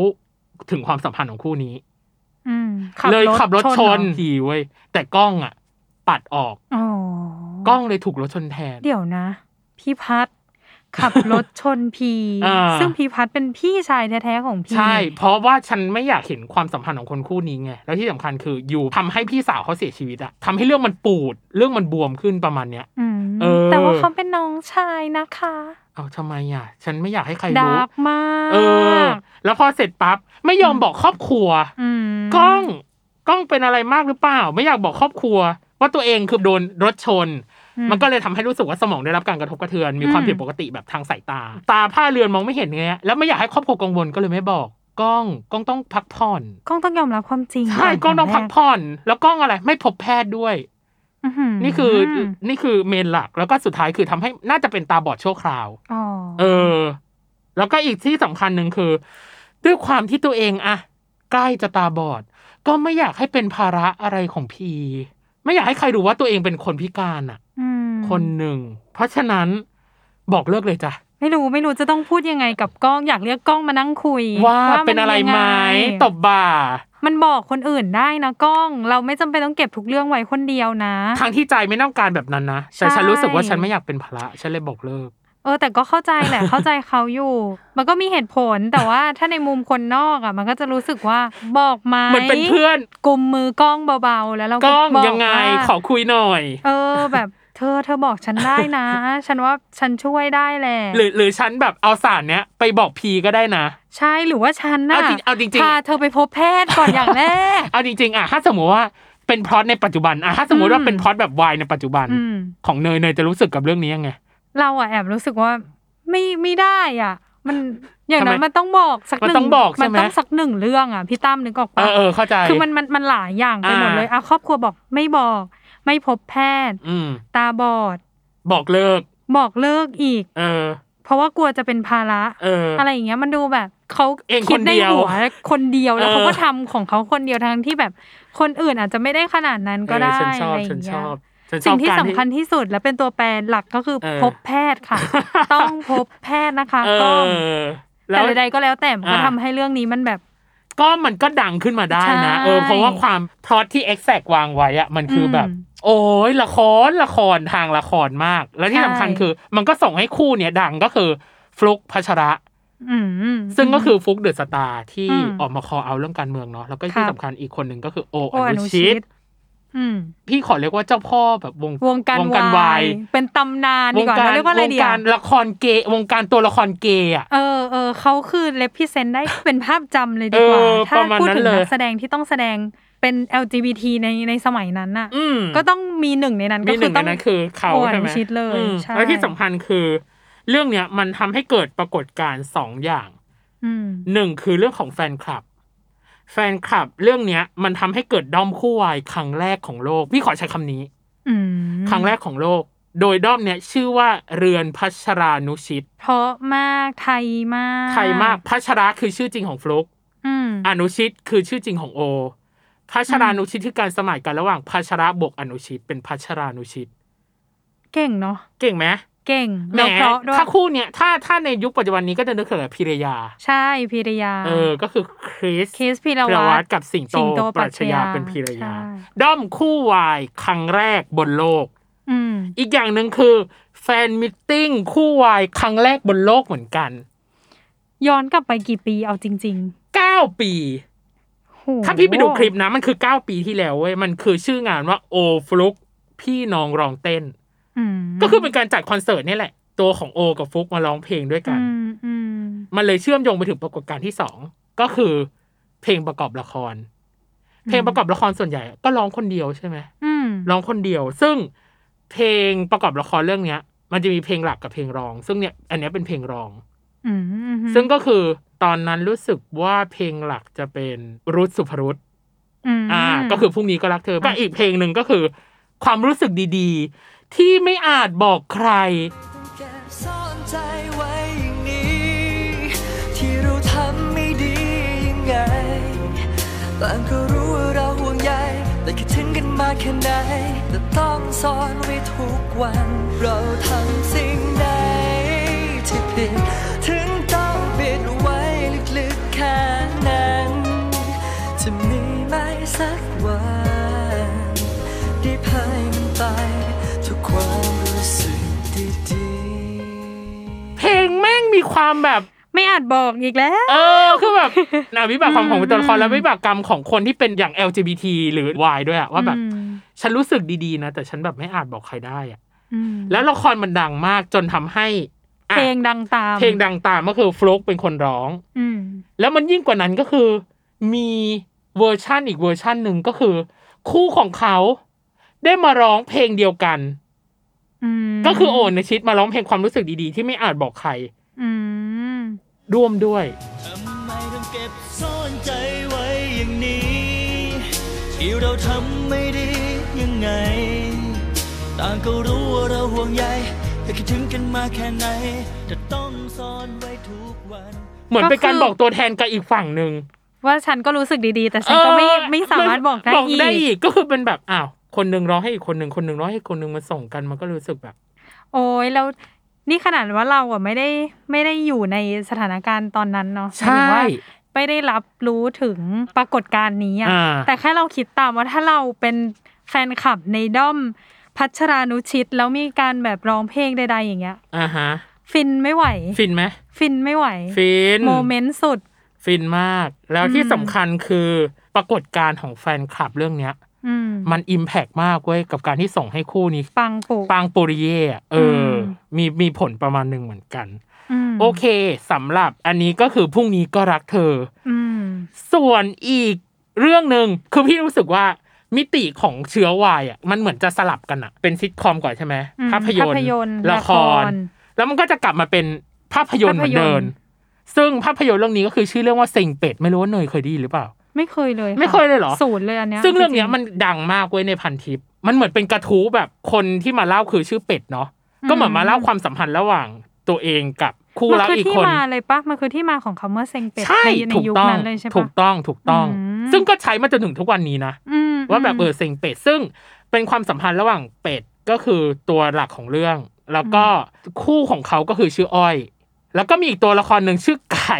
[SPEAKER 1] ถึงความสัมพันธ์ของคู่นี้
[SPEAKER 2] อืม
[SPEAKER 1] เลยขับรถชน
[SPEAKER 2] เหรอ
[SPEAKER 1] ทีเว้ยแต่กล้องอ่ะ ปัดออก
[SPEAKER 2] อ๋อก
[SPEAKER 1] ล้องเลยถูกรถชนแทน
[SPEAKER 2] เดี๋ยวนะ พี่พัดขับรถชนพี
[SPEAKER 1] อ่า
[SPEAKER 2] ซึ่งพี่พัดเป็นพี่ชายแท้ๆของพี
[SPEAKER 1] ใช่ เพราะว่าฉันไม่อยากเห็นความสัมพันธ์ของคนคู่นี้ไง แล้วที่สำคัญคืออยู่ทำให้พี่สาวเขาเสียชีวิตอะทำให้เรื่องมันปูด เรื่องมันบวมขึ้นประมาณเนี้ย
[SPEAKER 2] อืม
[SPEAKER 1] เออ
[SPEAKER 2] แต่ว่าเขาเป็นน้องชายนะคะ
[SPEAKER 1] เอาทำไมอะฉันไม่อยากให้ใคร
[SPEAKER 2] ดา
[SPEAKER 1] รู้
[SPEAKER 2] ร์กมาก
[SPEAKER 1] เออ แล้วพอเสร็จปั๊บไม่ยอมบอกครอบครัว
[SPEAKER 2] ม
[SPEAKER 1] กล้อง กล้องเป็นอะไรมากหรือเปล่า ไม่อยากบอกครอบครัว ว่าตัวเองคือโดนรถชน
[SPEAKER 2] อื
[SPEAKER 1] มันก็เลยทำให้รู้สึกว่าสมองได้รับการกระทบกระเทือน มี
[SPEAKER 2] อืม
[SPEAKER 1] ความผิดปกติแบบทางสายตา ตาผ้าเรือนมองไม่เห็นเงี้ย แล้วไม่อยากให้ครอบครัวกังวลก็เลยไม่บอก กล้อง กล้องต้องพักผ่อน
[SPEAKER 2] กล้องต้องยอมรับความจริง
[SPEAKER 1] ใช่
[SPEAKER 2] น
[SPEAKER 1] กล้องต้องพัก
[SPEAKER 2] แร
[SPEAKER 1] ผ่อน แล้วกล้องอะไร ไม่พบแพทย์ด้วย
[SPEAKER 2] อื้อหื
[SPEAKER 1] นี่คืออนี่คือเมนหลัก แล้วก็สุดท้ายคือทำให้น่าจะเป็นตาบอดชั่วคราว
[SPEAKER 2] อ๋อ
[SPEAKER 1] เออ แล้วก็อีกที่สำคัญหนึ่งคือ ด้วยความที่ตัวเองอะ ใกล้จะตาบอด ก็ไม่อยากให้เป็นภาระอะไรของพี ไม่อยากให้ใครรู้ว่าตัวเองเป็นคนพิการอ่ะ
[SPEAKER 2] อืม
[SPEAKER 1] คนหนึ่ง เพราะฉะนั้นบอกเลิกเลยจ้ะ
[SPEAKER 2] ไม่รู้ไม่รู้จะต้องพูดยังไงกับกล้อง อยากเรียกกล้องมานั่งคุย
[SPEAKER 1] ว่า
[SPEAKER 2] มั
[SPEAKER 1] เป็นอะไรไหม
[SPEAKER 2] ยังง
[SPEAKER 1] ตบบ่า
[SPEAKER 2] มันบอกคนอื่นได้นะกล้อง เราไม่จำเป็นต้องเก็บทุกเรื่องไว้คนเดียวนะ
[SPEAKER 1] ทางที่ใจไม่ต้องการแบบนั้นนะ แต่
[SPEAKER 2] ใช่
[SPEAKER 1] ฉันรู้สึกว่าฉันไม่อยากเป็นภาระ ฉันเลยบอกเลิก
[SPEAKER 2] เออแต่ก็เข้าใจแหละ
[SPEAKER 1] <laughs>
[SPEAKER 2] เข้าใจเขาอยู่ มันก็มีเหตุผลแต่ว่าถ้าในมุมคนนอกอ่ะ มันก็จะรู้สึกว่าบอกไหม
[SPEAKER 1] เหมือนเป็นเพื่อน
[SPEAKER 2] กุมมือกล้องเบาๆ แล้วเรา
[SPEAKER 1] ก
[SPEAKER 2] ก็
[SPEAKER 1] ล้อง
[SPEAKER 2] บอก
[SPEAKER 1] ยังไง
[SPEAKER 2] ว่า
[SPEAKER 1] ขอคุยหน่อย
[SPEAKER 2] เออแบบเธอเธอบอกฉันได้นะ ฉันว่าฉันช่วยได้แหละ
[SPEAKER 1] หรือหรือฉันแบบเอาสารเนี้ยไปบอกพีก็ได้
[SPEAKER 2] <laughs>
[SPEAKER 1] นะ
[SPEAKER 2] ใช่หรือว่าฉันน่ะ
[SPEAKER 1] เอาจริงเอาจริงๆ
[SPEAKER 2] พาเธอไปพบแพทย์ก่อนอย่างแร
[SPEAKER 1] <laughs>
[SPEAKER 2] ก
[SPEAKER 1] เอาจริงๆอะถ้าสมมติว่าเป็นพล็อตในปัจจุบันอะถ้าสมมติว่า
[SPEAKER 2] อืม
[SPEAKER 1] เป็นพล็อตแบบวายในปัจจุบัน
[SPEAKER 2] อืม
[SPEAKER 1] ของเนยเนยจะรู้สึกกับเรื่องนี้ยังไง
[SPEAKER 2] เราอ่ะแอบรู้สึกว่าไม่ไม่ได้อ่ะ มันอย่างนั้
[SPEAKER 1] ทำ
[SPEAKER 2] น
[SPEAKER 1] ไม
[SPEAKER 2] มันต้องบอกสัก
[SPEAKER 1] มัน
[SPEAKER 2] หนึ่
[SPEAKER 1] ต้องบอกใช่
[SPEAKER 2] มัน
[SPEAKER 1] ไหม
[SPEAKER 2] ต้องสักหนึ่งเรื่องอ่ะพี่ตั้มนึกออก
[SPEAKER 1] เอ
[SPEAKER 2] ปะ
[SPEAKER 1] อเออเข้าใจ
[SPEAKER 2] คือมันมันมันหลายอย่างไปหมดเลย
[SPEAKER 1] อ่า
[SPEAKER 2] อ่ะครอบครัวบอกไม่บอก ไม่พบแพทย์
[SPEAKER 1] อืม
[SPEAKER 2] ตาบอด
[SPEAKER 1] บอกเลิก
[SPEAKER 2] บอกเลิกอีก
[SPEAKER 1] เออ
[SPEAKER 2] เพราะว่ากลัวจะเป็นภาระ
[SPEAKER 1] เอออ
[SPEAKER 2] อะไรอย่างเงี้ยมันดูแบบเขา
[SPEAKER 1] เอง
[SPEAKER 2] คิด
[SPEAKER 1] คน
[SPEAKER 2] ใน
[SPEAKER 1] เดียว
[SPEAKER 2] หัวคนเดียวแล้ว
[SPEAKER 1] เออ
[SPEAKER 2] เขาก็ทำของเขาคนเดียวทั้งที่แบบคนอื่นอาจจะไม่ได้ขนาดนั้นก็ได้
[SPEAKER 1] เออฉันชอ
[SPEAKER 2] อะ
[SPEAKER 1] บ
[SPEAKER 2] ไรอ
[SPEAKER 1] ฉันช
[SPEAKER 2] ย่างเงี้ย
[SPEAKER 1] อบฉันช
[SPEAKER 2] สิ่
[SPEAKER 1] อบ
[SPEAKER 2] งที่
[SPEAKER 1] การ
[SPEAKER 2] สำคัญที่สุดและเป็นตัวแปรหลักก็คือ
[SPEAKER 1] เออ
[SPEAKER 2] พบแพทย์ค่ะ ต้องพบแพทย์นะคะ
[SPEAKER 1] เอ
[SPEAKER 2] ก็
[SPEAKER 1] อ
[SPEAKER 2] แต่ใดๆก็แล้วแต่มันก็
[SPEAKER 1] อ่า
[SPEAKER 2] ทำให้เรื่องนี้มันแบบ
[SPEAKER 1] ก็มันก็ดังขึ้นมาได้นะ
[SPEAKER 2] ใช่
[SPEAKER 1] เออเพราะว่าความพล็อตที่ exact วางไว้อะมันคืออ
[SPEAKER 2] ม
[SPEAKER 1] แบบ โอ้ยละครละครทางละครมาก และที่
[SPEAKER 2] ใช่
[SPEAKER 1] สำคัญคือ มันก็ส่งให้คู่เนี่ยดังก็คือฟลุกพัชระ
[SPEAKER 2] อืม
[SPEAKER 1] ซึ่งก็คือฟลุกเดอะสตาร์ที่
[SPEAKER 2] อืม
[SPEAKER 1] ออกมาคอเอาเรื่องการเมืองเนาะแล้วก็
[SPEAKER 2] ครั
[SPEAKER 1] ที่
[SPEAKER 2] บ
[SPEAKER 1] สำคัญอีกคนหนึ่งก็คือโอ
[SPEAKER 2] โอ้
[SPEAKER 1] อ
[SPEAKER 2] อ
[SPEAKER 1] นุ
[SPEAKER 2] นุ
[SPEAKER 1] ชิ
[SPEAKER 2] ชิ
[SPEAKER 1] ต
[SPEAKER 2] ตอืม
[SPEAKER 1] พี่ขอเรียกว่าเจ้าพ่อแบบวง
[SPEAKER 2] วงการวาย เป็นตำนาน
[SPEAKER 1] ว
[SPEAKER 2] ดี
[SPEAKER 1] ง
[SPEAKER 2] กว่า
[SPEAKER 1] การ
[SPEAKER 2] เราเรียกว่าอะไร
[SPEAKER 1] วง
[SPEAKER 2] ดี
[SPEAKER 1] กา
[SPEAKER 2] อะ
[SPEAKER 1] รละครเกย์วงการตัวละครเกย์อะ
[SPEAKER 2] เออเออเขาคือเลพิเซนได้ เป็นภาพจำเลยดีกว่า
[SPEAKER 1] เออ
[SPEAKER 2] ถ้า
[SPEAKER 1] ประมาณ
[SPEAKER 2] พูด
[SPEAKER 1] นั้น
[SPEAKER 2] ถึง
[SPEAKER 1] เลย
[SPEAKER 2] นักแสดงที่ต้องแสดงเป็น LGBT ในในสมัยนั้นน่ะ
[SPEAKER 1] อืม
[SPEAKER 2] ก็ต้องมีหนึ่งในนั้นก็
[SPEAKER 1] มีห
[SPEAKER 2] คื
[SPEAKER 1] นึ่
[SPEAKER 2] อง ต้
[SPEAKER 1] ใน
[SPEAKER 2] อง
[SPEAKER 1] นั้นคือเขา
[SPEAKER 2] โอ้ย
[SPEAKER 1] ใช่ไหม
[SPEAKER 2] ชิดเลย
[SPEAKER 1] อืม
[SPEAKER 2] ใช่
[SPEAKER 1] แล้วที่สำคัญคือ เรื่องเนี้ยมันทำให้เกิดปรากฏการณ์สองอย่าง
[SPEAKER 2] อืม
[SPEAKER 1] หนึ่งคือเรื่องของแฟนคลับ แฟนคลับเรื่องเนี้ยมันทำให้เกิดด้อมคู่วายครั้งแรกของโลก พี่ขอใช้คำนี้
[SPEAKER 2] อืม
[SPEAKER 1] ครั้งแรกของโลก โดยด้อมเนี้ยชื่อว่าเรือนพัชรานุชิต
[SPEAKER 2] เพราะมากไทยมาก
[SPEAKER 1] ไทยมากพัชราคือชื่อจริงของฟลุก
[SPEAKER 2] อืม
[SPEAKER 1] อนุชิตคือชื่อจริงของโอ พัชรา
[SPEAKER 2] อืม
[SPEAKER 1] นุชิตคือการสมัยกันระหว่างพัชระบวกอนุชิต เป็นพัชรานุชิต
[SPEAKER 2] เก่งเนาะ
[SPEAKER 1] เก่งไหม
[SPEAKER 2] เก่ง
[SPEAKER 1] แหม
[SPEAKER 2] แล้วเพราะด้วย
[SPEAKER 1] ถ้าคู่เนี่ยถ้าถ้าในยุคปัจจุบันนี้ก็จะนึกถึงแบบพิรยา
[SPEAKER 2] ใช่พิรยา
[SPEAKER 1] เออ ก็คือคริส
[SPEAKER 2] เคสพิร
[SPEAKER 1] พิร
[SPEAKER 2] วั
[SPEAKER 1] วั
[SPEAKER 2] ต
[SPEAKER 1] ต
[SPEAKER 2] ร
[SPEAKER 1] รกับสิง
[SPEAKER 2] สิงโต
[SPEAKER 1] โต
[SPEAKER 2] ป
[SPEAKER 1] ปรั
[SPEAKER 2] รัช
[SPEAKER 1] ช
[SPEAKER 2] ญา
[SPEAKER 1] ญาเป็นพิรยา
[SPEAKER 2] ใช่
[SPEAKER 1] ด้อมคู่วายครั้งแรกบนโลก
[SPEAKER 2] อืม
[SPEAKER 1] อีกอย่างหนึ่งคือแฟนมิทติ้งคู่วายครั้งแรกบนโลกเหมือนกัน
[SPEAKER 2] ย้อนกลับไปกี่ปีเอาจริง
[SPEAKER 1] 9 ปี
[SPEAKER 2] ๆโห
[SPEAKER 1] ถ้าพี่ไปดูคลิปนะ มันคือ 9 ปีที่แล้วเว้ยมันคือชื่องานว่าโอฟลุกพี่น้องร้องเต้น
[SPEAKER 2] อืม
[SPEAKER 1] ก็คือเป็นการจัดคอนเสิร์ตนี่แหละ ตัวของโอกับฟลุกมาร้องเพลงด้วยกัน
[SPEAKER 2] อืมอืม
[SPEAKER 1] มันเลยเชื่อมโยงไปถึงปรากฏการณ์ที่สองก็คือ เพลงประกอบละคร เพลงประกอบละครส่วนใหญ่ ก็ร้องคนเดียวใช่ไหม
[SPEAKER 2] อืม
[SPEAKER 1] ร้องคนเดียว ซึ่งเพลงประกอบละครเรื่องเนี้ย มันจะมีเพลงหลักกับเพลงรอง ซึ่งเนี่ยอันเนี้ยเป็นเพลงรอง
[SPEAKER 2] อืม
[SPEAKER 1] ซึ่งก็คือตอนนั้นรู้สึกว่าเพลงหลักจะเป็นรุตสุภรุต
[SPEAKER 2] ม
[SPEAKER 1] อ่า ก็คือพรุ่งนี้ก็รักเธอก็อีกเพลงหนึ่งก็คือ ความรู้สึกดีๆ ที่ไม่อาจบอกใคร
[SPEAKER 3] แกซ่อนใจไว้อย่างนี้ ที่เราทำไม่ดียังไงต่างก็รู้ว่าเราห่วงใยแต่คิดถึงกันมาแค่ไหนแต่ต้องซ่อนไว้ทุกวัน เราทำสิ่งใดที่ผิด ถึงต้องปิดไว้ลึกๆแค่นั้นจะมีไหมสักวัน ได้พายมันไปทุกความรู้สึกดีๆ
[SPEAKER 1] เพลงแม่งมีความแบบ
[SPEAKER 2] ไม่อาจบอกอีกแล้ว
[SPEAKER 1] เออ คือแบบ นาวิบากความของตัวละค
[SPEAKER 2] อื
[SPEAKER 1] ร
[SPEAKER 2] ม
[SPEAKER 1] และวิบากกรรมของคนที่เป็นอย่าง LGBT หรือ Y ด้วยอะว่าแบบ
[SPEAKER 2] อืม
[SPEAKER 1] ฉันรู้สึกดีๆนะ แต่ฉันแบบไม่อาจบอกใครได้อะ
[SPEAKER 2] อืม
[SPEAKER 1] แล้วละครมันดังมากจนทำให้อ่ะ
[SPEAKER 2] เพลงดังตาม
[SPEAKER 1] เพลงดังตามก็คือฟลุกเป็นคนร้อง
[SPEAKER 2] อืม
[SPEAKER 1] แล้วมันยิ่งกว่านั้นก็คือ มีเวอร์ชั่นอีกเวอร์ชั่นหนึ่งก็คือ คู่ของเขา ได้มาร้องเพลงเดียวกัน
[SPEAKER 2] อืม
[SPEAKER 1] ก็คือโอนในชิดมาร้องเพลงความรู้สึกดีๆ ที่ไม่อาจบอกใคร
[SPEAKER 2] อืม
[SPEAKER 1] ร่วมด้วย
[SPEAKER 3] ทำไมต้องเก็บซ่อนใจไว้อย่างนี้ที่เราทำไม่ดียังไง ต่างก็รู้ว่าเราห่วงใยแต่คิดถึงกันมาแค่ไหนจะต้องซ่อนไว้ทุกวัน
[SPEAKER 1] เหมือนเป็นการบอกตัวแทนกับอีกฝั่งหนึ่ง
[SPEAKER 2] ว่าฉันก็รู้สึกดีๆ แต่ฉันก็ไม่
[SPEAKER 1] เออ
[SPEAKER 2] ไม่สามารถบอกได้
[SPEAKER 1] บอก
[SPEAKER 2] อี
[SPEAKER 1] ได้
[SPEAKER 2] ก
[SPEAKER 1] อีกก็คือเป็นแบบอ้าวคนหนึ่งร้องให้อีกคนหนึ่งคนหนึ่งร้องให้อีกคนหนึ่งมาส่งกันมันก็รู้สึกแบบ
[SPEAKER 2] โอ้ยแล้วนี่ขนาดว่าเราอ่ะไม่ได้ไม่ได้อยู่ในสถานการณ์ตอนนั้นเนาะหมายถึงว่าไม่ได้รับรู้ถึงปรากฏการณ์นี้อ่ะ
[SPEAKER 1] อ่า
[SPEAKER 2] แต่แค่เราคิดตามว่าถ้าเราเป็นแฟนคลับในด้อมพัชรานุชิต แล้วมีการแบบร้องเพลงใดๆอย่างเงี้ย
[SPEAKER 1] อ่าฮะ
[SPEAKER 2] ฟินไม่ไหว
[SPEAKER 1] ฟินไหม
[SPEAKER 2] ฟินไม่ไหว
[SPEAKER 1] ฟิน
[SPEAKER 2] โมเมนต์สุด
[SPEAKER 1] ฟินมาก แล้วที่
[SPEAKER 2] อืม
[SPEAKER 1] สำคัญคือปรากฏการณ์ของแฟนคลับเรื่องเนี้ย
[SPEAKER 2] อืม
[SPEAKER 1] มันอิมแพกมากเว้ยกับการที่ส่งให้คู่นี้
[SPEAKER 2] ปังปุก
[SPEAKER 1] ปางปุริเย่อะเอออ
[SPEAKER 2] ม
[SPEAKER 1] มีมีผลประมาณหนึ่งเหมือนกัน
[SPEAKER 2] ม
[SPEAKER 1] โอเคสำหรับอันนี้ก็คือพรุ่งนี้ก็รักเธอ
[SPEAKER 2] อืม
[SPEAKER 1] ส่วนอีกเรื่องหนึ่งคือพี่รู้สึกว่ามิติของเชื้อวายอ่ะมันเหมือนจะสลับกันอ่ะ เป็นซิทคอมก่อนใช่ไหม
[SPEAKER 2] อืม
[SPEAKER 1] ภาพยนต
[SPEAKER 2] ภา
[SPEAKER 1] ร์
[SPEAKER 2] พยนตร์
[SPEAKER 1] ละคร
[SPEAKER 2] ละคร
[SPEAKER 1] แล้วมันก็จะกลับมาเป็นภาพยนตร์เหมือนเดิม
[SPEAKER 2] ภาพยนตร์
[SPEAKER 1] ซึ่งภาพยนตร์เรื่องนี้ก็คือชื่อเรื่องว่าเซ็งเป็ดไม่รู้ว่าเนยเคยไดีหรือเปล่า
[SPEAKER 2] ไม่เคยเลยะ
[SPEAKER 1] ไม่เคยเลยเหรอ
[SPEAKER 2] ศูนย์เลยอันเนี้ย
[SPEAKER 1] ซึ่งเรื่องเนี้ย
[SPEAKER 2] จๆ
[SPEAKER 1] มันดังมากเว้ยในพันทิป มันเหมือนเป็นกระทู้แบบคนที่มาเล่าคือชื่อเป็ดเนาะ
[SPEAKER 2] อืม
[SPEAKER 1] ก็เหมือนมาเล่าความสัมพันธ์ระหว่างตัวเองกับคู่
[SPEAKER 2] มัน
[SPEAKER 1] รัก
[SPEAKER 2] คือ
[SPEAKER 1] อีก
[SPEAKER 2] ที่
[SPEAKER 1] คน
[SPEAKER 2] มาเลยปะมันคือที่มาของคำว่าเซ็งเป็ด
[SPEAKER 1] ใช่
[SPEAKER 2] ในใน
[SPEAKER 1] ถูก
[SPEAKER 2] ยุค
[SPEAKER 1] ต้อง
[SPEAKER 2] นั้นเลยใช่ปะ
[SPEAKER 1] ถูกต้องถูกต้อง
[SPEAKER 2] อืม
[SPEAKER 1] ซึ่งก็ใช้มาจนถึงทุกวันนี้นะ
[SPEAKER 2] อืม
[SPEAKER 1] ว่าแบบเออเซ็งเป็ด ซึ่งเป็นความสัมพันธ์ระหว่างเป็ดก็คือตัวหลักของเรื่อง แล้วก็คู่ของเขาก็คือชื่ออ้อย แล้วก็มีอีกตัวละครหนึ่งชื่อไก่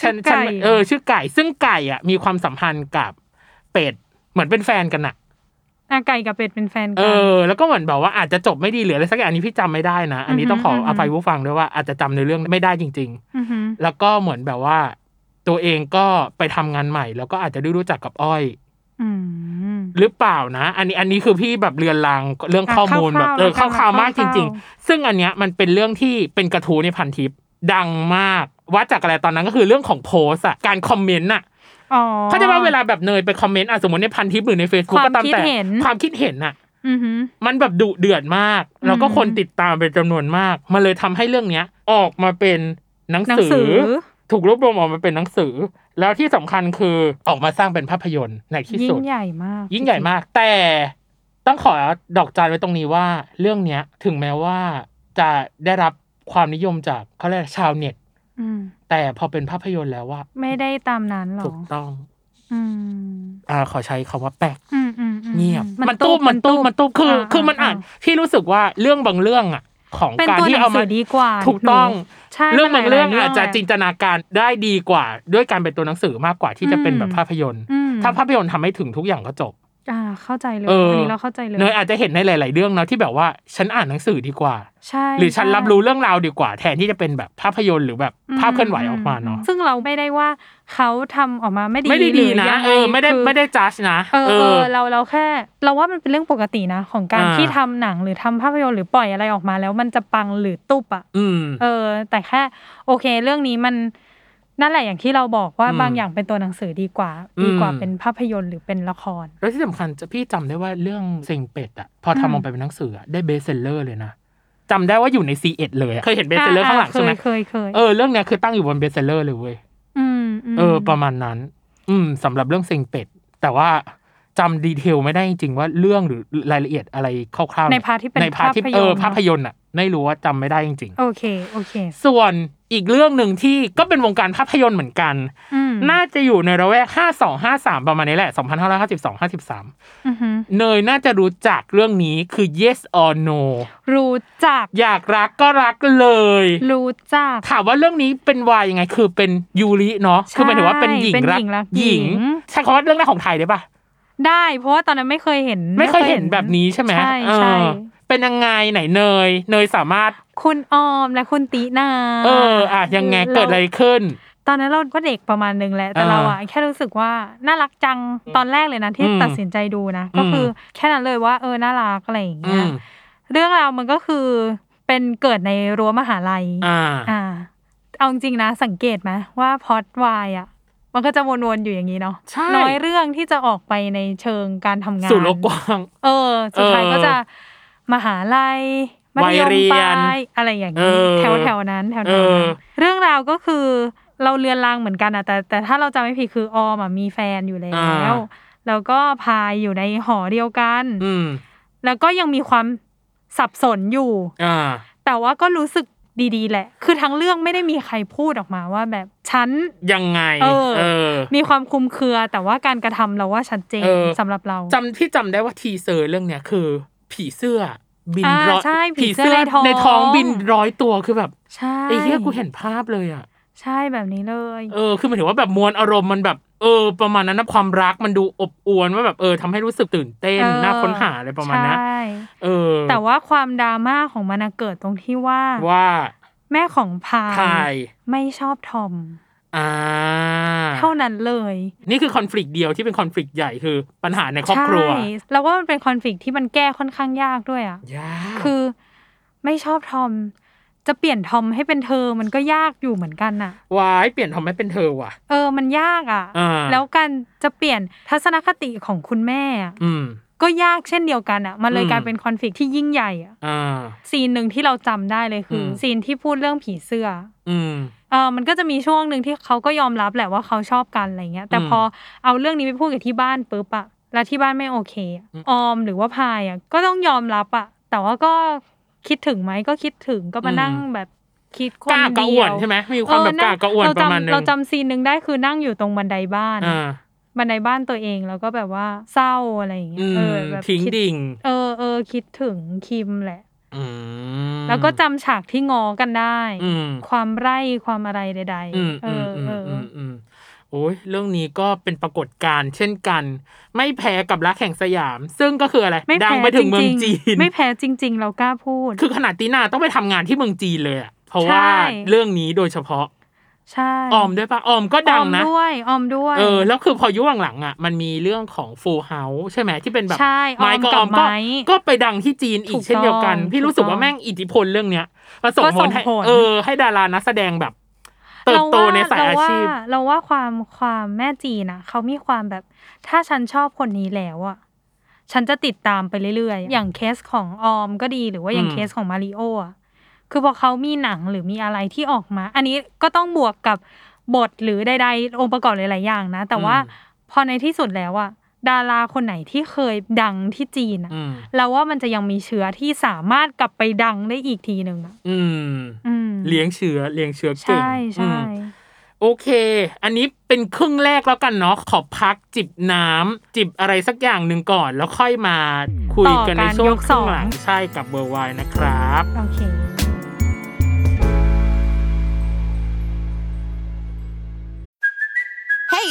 [SPEAKER 1] ฉันฉันเออชื่อไก่ ซึ่งไก่อ่ะมีความสัมพันธ์กับเป็ดเหมือนเป็นแฟนกันอะ
[SPEAKER 2] อาไก่กับเป็ดเป็นแฟน
[SPEAKER 1] เอ
[SPEAKER 2] กัน
[SPEAKER 1] อแล้วก็เหมือนแบบว่าอาจจะจบไม่ดีหรืออะไรสักอย่างอันนี้พี่จำไม่ได้นะ อันนี้
[SPEAKER 2] อือฮึ
[SPEAKER 1] ต้องขออ
[SPEAKER 2] อฮึ
[SPEAKER 1] ภัยผู้ฟังด้วยว่าอาจจะจำในเรื่องไม่ได้จริง
[SPEAKER 2] อหือ
[SPEAKER 1] ๆ แล้วก็เหมือนแบบว่า ตัวเองก็ไปทำงานใหม่ แล้วก็อาจจะได้รู้จักกับอ้อย
[SPEAKER 2] อืม
[SPEAKER 1] หรือเปล่านะ อันนี้อันนี้คือพี่แบบเรือนลางเรื่อง
[SPEAKER 2] อ่ะ
[SPEAKER 1] ข้อมูลแบบเออ
[SPEAKER 2] คร่าวๆ
[SPEAKER 1] ข่าวๆมากจ
[SPEAKER 2] คร่าวๆ
[SPEAKER 1] ริง ๆ ซึ่งอันเนี้ยมันเป็นเรื่องที่เป็นกระทู้ในพันทิปดังมากวัดจากอะไรตอนนั้นก็คือเรื่องของโพสต์อะการคอมเมนต์อะ
[SPEAKER 2] อ๋อ
[SPEAKER 1] เขาใจะว่าเวลาแบบเนยไปคอมเมนต์อ่ะสมมติในพันทิปหรือใน Facebook
[SPEAKER 2] ความ
[SPEAKER 1] ก็ตาม
[SPEAKER 2] คิด
[SPEAKER 1] แต่
[SPEAKER 2] เห็น
[SPEAKER 1] ความคิดเห็นอะ
[SPEAKER 2] อือหือ
[SPEAKER 1] มันแบบดุเดือดมาก
[SPEAKER 2] อืม
[SPEAKER 1] แล้วก็คนติดตามเป็นจำนวนมาก มันเลยทำให้เรื่องเนี้ย ออกมาเป็นหนัง
[SPEAKER 2] หนั
[SPEAKER 1] สื
[SPEAKER 2] งสื
[SPEAKER 1] อ
[SPEAKER 2] อ
[SPEAKER 1] ถูกรวบรวมออกมาเป็นหนังสือ แล้วที่สำคัญคือออกมาสร้างเป็นภาพยนตร์ในที่
[SPEAKER 2] ยิ่
[SPEAKER 1] สุ
[SPEAKER 2] ง
[SPEAKER 1] ด
[SPEAKER 2] ใหญ่มาก
[SPEAKER 1] ยิ่งใหญ่มาก แต่ต้องขอดอกจันไว้ตรงนี้ว่า เรื่องเนี้ยถึงแม้ว่าจะได้รับความนิยมจากเขาเรียกชาวเน็ต
[SPEAKER 2] อืม
[SPEAKER 1] แต่พอเป็นภาพยนตร์แล้วว่า
[SPEAKER 2] ไม่ได้ตามนั้นหรอ
[SPEAKER 1] ถูกต้อง
[SPEAKER 2] อืม
[SPEAKER 1] อ่าขอใช้คำว่าแปลก
[SPEAKER 2] อืมอืมอืม
[SPEAKER 1] เงียบ
[SPEAKER 2] มั
[SPEAKER 1] มัน น
[SPEAKER 2] ตุ๊
[SPEAKER 1] ตู้
[SPEAKER 2] บ
[SPEAKER 1] มันตู้มันตู้คืออา คือมันอ่านพี่รู้สึกว่าเรื่องบางเรื่องอ่ะ ของ
[SPEAKER 2] เป็น
[SPEAKER 1] การ
[SPEAKER 2] ตัว
[SPEAKER 1] ที่
[SPEAKER 2] หนั
[SPEAKER 1] เอา
[SPEAKER 2] งสื
[SPEAKER 1] มา
[SPEAKER 2] อดีกว่า
[SPEAKER 1] ถูกต้อง
[SPEAKER 2] หนูใช่
[SPEAKER 1] เรื่องบางเรื่อง
[SPEAKER 2] มันหลยๆ
[SPEAKER 1] อาจจะจินตนาการได้ดีกว่า ด้วยการเป็นตัวหนังสือมากกว่าที่จะเป็นแบบภาพยนตร์
[SPEAKER 2] อืม
[SPEAKER 1] ถ้าภาพยนตร์ทำให้ถึงทุกอย่างก็จบ
[SPEAKER 2] อ่าเข้าใจเลย
[SPEAKER 1] เอออั
[SPEAKER 2] นนี้เราเข้าใจเลย
[SPEAKER 1] เนยอาจจะเห็นในหลาย ๆ เรื่องเนาะที่แบบว่าฉันอ่านหนังสือดีกว่า
[SPEAKER 2] ใช่
[SPEAKER 1] หรือฉัน
[SPEAKER 2] ใช่
[SPEAKER 1] รับรู้เรื่องราวดีกว่า แทนที่จะเป็นแบบภาพยนตร์หรือแบบภาพเคลื่อนไหวออกมาเนาะ
[SPEAKER 2] ซึ่งเราไม่ได้ว่าเขาทำออกมาไม่ดี
[SPEAKER 1] ไม่ได้ดีนะ
[SPEAKER 2] หรือยังง
[SPEAKER 1] เออไม่ได้
[SPEAKER 2] คือ
[SPEAKER 1] ไม่ได้จัดนะ
[SPEAKER 2] เออเออเราเราแค่ เราว่ามันเป็นเรื่องปกตินะ ของการ
[SPEAKER 1] อ่า
[SPEAKER 2] ที่ทำหนังหรือทำภาพยนตร์หรือปล่อยอะไรออกมาแล้วมันจะปังหรือตุบอ่ะ
[SPEAKER 1] อืม
[SPEAKER 2] เออ แต่แค่โอเค เรื่องนี้มันนั่นแหละอย่างที่เราบอกว่า
[SPEAKER 1] อืม
[SPEAKER 2] บางอย่างเป็นตัวหนังสือดีกว่า
[SPEAKER 1] อืม
[SPEAKER 2] ดีกว่าเป็นภาพยนตร์หรือเป็นละคร
[SPEAKER 1] แล้วที่สำคัญจะพี่จำได้ว่าเรื่องเซ็งเป็ดอะพอ
[SPEAKER 2] อื
[SPEAKER 1] ทำ
[SPEAKER 2] ม
[SPEAKER 1] ออกไปเป็นหนังสืออะได้เบสเซลเลอร์เลยนะจำได้ว่าอยู่ใน C1 เลยอะเคยเห็นเบสเซลเลอร์ข้างหลังใช่ไหม
[SPEAKER 2] อ่เคยเคย
[SPEAKER 1] เออเรื่องเนี้ยคือตั้งอยู่บนเบสเซลเลอร์เลยเว้ย
[SPEAKER 2] อืมม
[SPEAKER 1] เออประมาณนั้น อืมสำหรับเรื่องเซ็งเป็ด แต่ว่าจำดีเทลไม่ได้จริงๆว่าเรื่องหรือรายละเอียดอะไรคร่าวๆ
[SPEAKER 2] ใน
[SPEAKER 1] เย
[SPEAKER 2] พาร์ทที่เป็น
[SPEAKER 1] ในพาร์ทที่เออภาพ
[SPEAKER 2] นตร์
[SPEAKER 1] ยนตร์อะไม่รู้ว่าจำไม่ได้จริง
[SPEAKER 2] เนอะโอเคโอเค
[SPEAKER 1] ๆ ส่วนอีกเรื่องหนึ่งที่ก็เป็นวงการภาพยนตร์เหมือนกัน
[SPEAKER 2] อืม
[SPEAKER 1] น่าจะอยู่ในระแวก5253 ประมาณนี้แหละ2552 53
[SPEAKER 2] อือหือ
[SPEAKER 1] เนยน่าจะรู้จักเรื่องนี้คือ yes or no
[SPEAKER 2] รู้จัก
[SPEAKER 1] อยากรักก็รักเลย
[SPEAKER 2] รู้จัก
[SPEAKER 1] ถามว่าเรื่องนี้เป็นวายยังไง คือเป็นยูริเนาะ
[SPEAKER 2] ใช่
[SPEAKER 1] คือหมายถึงว่าเป็นหญิง
[SPEAKER 2] เป็น
[SPEAKER 1] รัก
[SPEAKER 2] หญิงรัก
[SPEAKER 1] หญิง
[SPEAKER 2] หญิง
[SPEAKER 1] ใช่คำว่าเรื่องแรกของไทยได้ปะ
[SPEAKER 2] ได้เพราะว่าตอนนั้นไม่เคยเห็น
[SPEAKER 1] ไม่เคยเห็นแบบนี้ใช่ไหม
[SPEAKER 2] ใช่
[SPEAKER 1] เออ
[SPEAKER 2] ใช่
[SPEAKER 1] เป็นยังไงไหนเนย เนยสามารถ
[SPEAKER 2] คุณออมและคุณตินา
[SPEAKER 1] เอออ่ะยังไงเกิดอะไรขึ้น
[SPEAKER 2] ตอนนั้นเราก็เด็กประมาณนึงแหละแต่
[SPEAKER 1] อ่า
[SPEAKER 2] เราอะแค่รู้สึกว่าน่ารักจังตอนแรกเลยนะที่
[SPEAKER 1] อืม
[SPEAKER 2] ตัดสินใจดูนะก็
[SPEAKER 1] อืม
[SPEAKER 2] คือแค่นั้นเลยว่า เออน่ารักอะไรอย่าง
[SPEAKER 1] อื
[SPEAKER 2] เงี้ย
[SPEAKER 1] ม
[SPEAKER 2] เรื่องราวมันก็คือเป็นเกิดในรั้วมหาลัย
[SPEAKER 1] อ่า
[SPEAKER 2] อ่าเอาจริงๆนะสังเกตไหมว่าพอดวายอะมันก็จะวนๆอยู่อย่างนี้เนาะ
[SPEAKER 1] ใช่
[SPEAKER 2] น้อยเรื่องที่จะออกไปในเชิงการทำงาน
[SPEAKER 1] สู่โลกกว้าง
[SPEAKER 2] เออ สุดท้าย
[SPEAKER 1] เออ
[SPEAKER 2] ก็จะมหาลัยมัธยม
[SPEAKER 1] วัยเรี
[SPEAKER 2] ปล
[SPEAKER 1] ยน
[SPEAKER 2] ายอะไรอย่าง
[SPEAKER 1] เอ
[SPEAKER 2] นี้
[SPEAKER 1] อ
[SPEAKER 2] แถวแถวๆนั้นแถวๆ
[SPEAKER 1] เอ
[SPEAKER 2] นั้น
[SPEAKER 1] อ
[SPEAKER 2] เรื่องราวก็คือเราเรือนรางเหมือนกันอะแต่แต่ถ้าเราจำไม่ผิดคือออมอะมีแฟนอยู่แล้วแล้วก็พายอยู่ในหอเดียวกัน
[SPEAKER 1] อืม
[SPEAKER 2] แล้วก็ยังมีความสับสนอยู่
[SPEAKER 1] อ่า
[SPEAKER 2] แต่ว่าก็รู้สึก ดีๆ แหละ คือทั้งเรื่องไม่ได้มีใครพูดออกมาว่าแบบฉัน
[SPEAKER 1] ยังไง
[SPEAKER 2] เออ
[SPEAKER 1] เออ
[SPEAKER 2] มีความคลุมเครือแต่ว่าการกระทำเราว่าชัดเจน
[SPEAKER 1] เออ
[SPEAKER 2] สำหรับเรา
[SPEAKER 1] จำที่จำได้ว่าทีเซอร์เรื่องเนี้ยคือ ผีเสื้อบิน
[SPEAKER 2] อ่า
[SPEAKER 1] ร้อย
[SPEAKER 2] ใช่ผีเสื้อในท้อง
[SPEAKER 1] ในท้องบินร้อยตัวคือแบบ
[SPEAKER 2] ใช่
[SPEAKER 1] ไอ้เหี้ยกูเห็นภาพเลยอ่ะ
[SPEAKER 2] ใช่แบบนี้เลย
[SPEAKER 1] เออ คือหมายถึงว่าแบบมวลอารมณ์มันแบบ เออ ประมาณนั้นนะความรักมันดูอบอวลว่าแบบเออทำให้รู้สึกตื่นเต้น
[SPEAKER 2] เออ
[SPEAKER 1] น่าค้นหาอะไรประมาณนั้น
[SPEAKER 2] ใช่
[SPEAKER 1] เออ
[SPEAKER 2] แต่ว่าความดราม่าของมันอะเกิดตรงที่ว่า
[SPEAKER 1] ว่า
[SPEAKER 2] แม่ของพา
[SPEAKER 1] พาย ย
[SPEAKER 2] ไม่ชอบทอม
[SPEAKER 1] อ่า
[SPEAKER 2] เท่านั้นเลย
[SPEAKER 1] นี่คือคอน FLICT เดียวที่เป็นคอน FLICT ใหญ่คือปัญหาในครอบครัว
[SPEAKER 2] ใช่แล้วว่ามันเป็นคอนฟ lict ที่มันแก้ค่อนข้างยากด้วยอ่ะ
[SPEAKER 1] ยาก
[SPEAKER 2] คือไม่ชอบทอม จะเปลี่ยนทอมให้เป็นเธอมันก็ยากอยู่เหมือนกันน่ะ
[SPEAKER 1] วายเปลี่ยนทำให้เป็นเธอว่ะ
[SPEAKER 2] เออมันยากอ่ะ
[SPEAKER 1] อ่า
[SPEAKER 2] แล้วการจะเปลี่ยนทัศนคติของคุณแม่อะ
[SPEAKER 1] อืม
[SPEAKER 2] ก็ยากเช่นเดียวกันอ่ะ มันเลย
[SPEAKER 1] อืม
[SPEAKER 2] กลายเป็นคอนฟ lict ที่ยิ่งใหญ่อ่ะ
[SPEAKER 1] อ่า
[SPEAKER 2] ซีนหนึ่งที่เราจำได้เลยคืออ
[SPEAKER 1] ม
[SPEAKER 2] ซีนที่พูดเรื่องผีเสื้อ
[SPEAKER 1] อืม
[SPEAKER 2] เออมันก็จะมีช่วงหนึ่งที่เขาก็ยอมรับแหละว่าเขาชอบกันอะไรเงี้ย แต่
[SPEAKER 1] อืม
[SPEAKER 2] พอเอาเรื่องนี้ไปพูดกับที่บ้านปุ๊บอะแล้วที่บ้านไม่โอเคอะ
[SPEAKER 1] อืม
[SPEAKER 2] ออมหรือว่าพายอะก็ต้องยอมรับอะแต่ว่าก็คิดถึงไหมก็คิดถึงก็มานั่งแบบคิดคน
[SPEAKER 1] กล้าก
[SPEAKER 2] เดียว
[SPEAKER 1] ระอ่วนใช่ไหมมีความแบบล้า
[SPEAKER 2] เออกนั่ง
[SPEAKER 1] กระอ่วน
[SPEAKER 2] เรา
[SPEAKER 1] ประ
[SPEAKER 2] จำ
[SPEAKER 1] มาณนึง
[SPEAKER 2] เราจำซีนหนึ่งได้คือนั่งอยู่ตรงบันไดบ้าน
[SPEAKER 1] อ่า
[SPEAKER 2] บันไดบ้านตัวเองแล้วก็แบบว่าเศร้าอะไรอย่างเงี้
[SPEAKER 1] อื
[SPEAKER 2] ยเอ
[SPEAKER 1] ม
[SPEAKER 2] อแบบ
[SPEAKER 1] ทิ้ง
[SPEAKER 2] คิด
[SPEAKER 1] ดิ่ง
[SPEAKER 2] เออเออคิดถึงคิมแหละ
[SPEAKER 1] อืม
[SPEAKER 2] แล้วก็จำฉากที่งอกันได้
[SPEAKER 1] อืม
[SPEAKER 2] <laughs> ความไร่ความอะไรใด
[SPEAKER 1] อืม
[SPEAKER 2] ๆ เอ
[SPEAKER 1] อืมอืม
[SPEAKER 2] อเอออ
[SPEAKER 1] อืมอืมโอ้ยเรื่องนี้ก็เป็นปรากฏการณ์เช่นกัน ไม่แพ้กับรักแห่งสยาม ซึ่งก็คืออะไร
[SPEAKER 2] ไม่
[SPEAKER 1] ดั
[SPEAKER 2] แพ้
[SPEAKER 1] ไปถึงเมือง
[SPEAKER 2] ริ
[SPEAKER 1] จีน
[SPEAKER 2] ไม่แพ้จริง ๆ เรากล้าพูด
[SPEAKER 1] คือขนาดตีน่าต้องไปทำงานที่เมืองจีนเลยอะเพราะว่า
[SPEAKER 2] ใช่
[SPEAKER 1] เรื่องนี้โดยเฉพาะ
[SPEAKER 2] ใช่
[SPEAKER 1] ออมด้วยปะออมก็ดังนะ
[SPEAKER 2] ออมด้วยออมด้วย
[SPEAKER 1] เออ แล้วคือพอยุคหลังๆอ่ะ มันมีเรื่องของฟูเฮาใช่ไหมที่เป็นแบบ
[SPEAKER 2] ใช่ออ
[SPEAKER 1] ไม้
[SPEAKER 2] ม
[SPEAKER 1] ก็
[SPEAKER 2] กั
[SPEAKER 1] อ
[SPEAKER 2] บอก ไม้
[SPEAKER 1] ก็ไปดังที่จีนอี
[SPEAKER 2] ถู
[SPEAKER 1] ก
[SPEAKER 2] ก
[SPEAKER 1] เช่นเดียวกัน
[SPEAKER 2] ต้อง
[SPEAKER 1] พี่รู้สึกว่าแม่งอิทธิพลเรื่องเนี้ยมาส่ง
[SPEAKER 2] ก็
[SPEAKER 1] ผ
[SPEAKER 2] ส่
[SPEAKER 1] ล
[SPEAKER 2] ง
[SPEAKER 1] ให้
[SPEAKER 2] ผล
[SPEAKER 1] เออ ให้ดารานักแสดงแบบ เติบโตในสายอาชีพ
[SPEAKER 2] เรว่เราว่าความความแม่จีนอะเขามีความแบบ ถ้าฉันชอบคนนี้แล้วอะฉันจะติดตามไปเรื่อยๆ อย่างเคสของออมก็ดีหรือว่าอย่าง
[SPEAKER 1] อืม
[SPEAKER 2] เคสของมาริโออะคือพอเขามีหนังหรือมีอะไรที่ออกมา อันนี้ก็ต้องบวกกับบทหรือใดๆองค์ประกอบหลายๆอย่างนะ แต่ว่าพอในที่สุดแล้วอะดาราคนไหนที่เคยดังที่จีนอะ
[SPEAKER 1] อืม
[SPEAKER 2] เราว่ามันจะยังมีเชื้อที่สามารถกลับไปดังได้อีกทีหนึ่งอะ
[SPEAKER 1] อืม
[SPEAKER 2] อืม
[SPEAKER 1] เลี้ยงเชื้อเลี้ยงเชื้อเก่ง
[SPEAKER 2] ใช่
[SPEAKER 1] อื
[SPEAKER 2] ใช่
[SPEAKER 1] มโอเค อันนี้เป็นครึ่งแรกแล้วกันเนาะขอพักจิบน้ำจิบอะไรสักอย่างหนึ่งก่อน แล้วค่อยมาคุยกันใน
[SPEAKER 2] ต่อกัน
[SPEAKER 1] ช่วง
[SPEAKER 2] ยก
[SPEAKER 1] ค
[SPEAKER 2] ส
[SPEAKER 1] รึ่
[SPEAKER 2] อง ง
[SPEAKER 1] หลังใช่กับเบอร์ไวนะครับ
[SPEAKER 2] โอเค
[SPEAKER 4] Hey,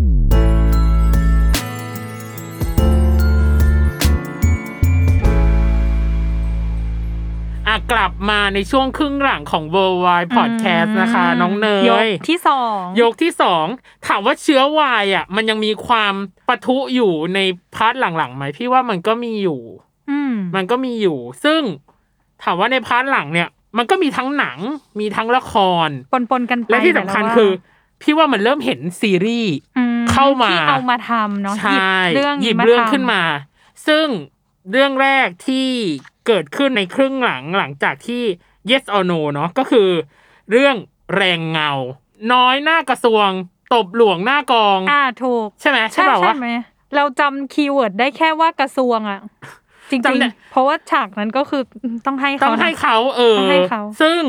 [SPEAKER 1] อ่ะกลับมาในช่วงครึ่งหลังของ Worldwide Podcast นะคะ น้องเน
[SPEAKER 2] ยก
[SPEAKER 1] ย
[SPEAKER 2] ที่สอง
[SPEAKER 1] ยกที่สองถามว่าเชื้อวายอ่ะ มันยังมีความปะทุอยู่ในพาร์ทหลังๆไหมพี่ว่ามันก็มีอยู่
[SPEAKER 2] อืม
[SPEAKER 1] มันก็มีอยู่ ซึ่งถามว่าในพาร์ทหลังเนี่ย มันก็มีทั้งหนัง มีทั้งละคร
[SPEAKER 2] ปนปนๆกันไป
[SPEAKER 1] และที่สำคัญ
[SPEAKER 2] แต่ละว่า
[SPEAKER 1] คือ พี่ว่ามันเริ่มเห็นซีรีส์
[SPEAKER 2] ม
[SPEAKER 1] เข้ามา
[SPEAKER 2] ที่เอามาทำเนาะ
[SPEAKER 1] ใช่
[SPEAKER 2] หยิบเรื่อง
[SPEAKER 1] หยิบ
[SPEAKER 2] มา
[SPEAKER 1] เรื่อง
[SPEAKER 2] ทำ
[SPEAKER 1] ขึ้นมา ซึ่งเรื่องแรกที่เกิดขึ้นในครึ่งหลังหลังจากที่ yes or no เนาะก็คือ เรื่องแรงเงา น้อยหน้ากระทรวง ตบหลวงหน้ากอง
[SPEAKER 2] อ่าถูก
[SPEAKER 1] ใช่ไหมใช่เปล่าวะ
[SPEAKER 2] ไหมเราจำคีย์เวิร์ดได้แค่ว่ากระทรวงอะจริง
[SPEAKER 1] จำได้
[SPEAKER 2] ๆ เพราะว่าฉากนั้นก็คือต้องให้เขา
[SPEAKER 1] ต้องให้
[SPEAKER 2] นะ
[SPEAKER 1] เขาเออ
[SPEAKER 2] ต้องให้เขา
[SPEAKER 1] ซึ่ง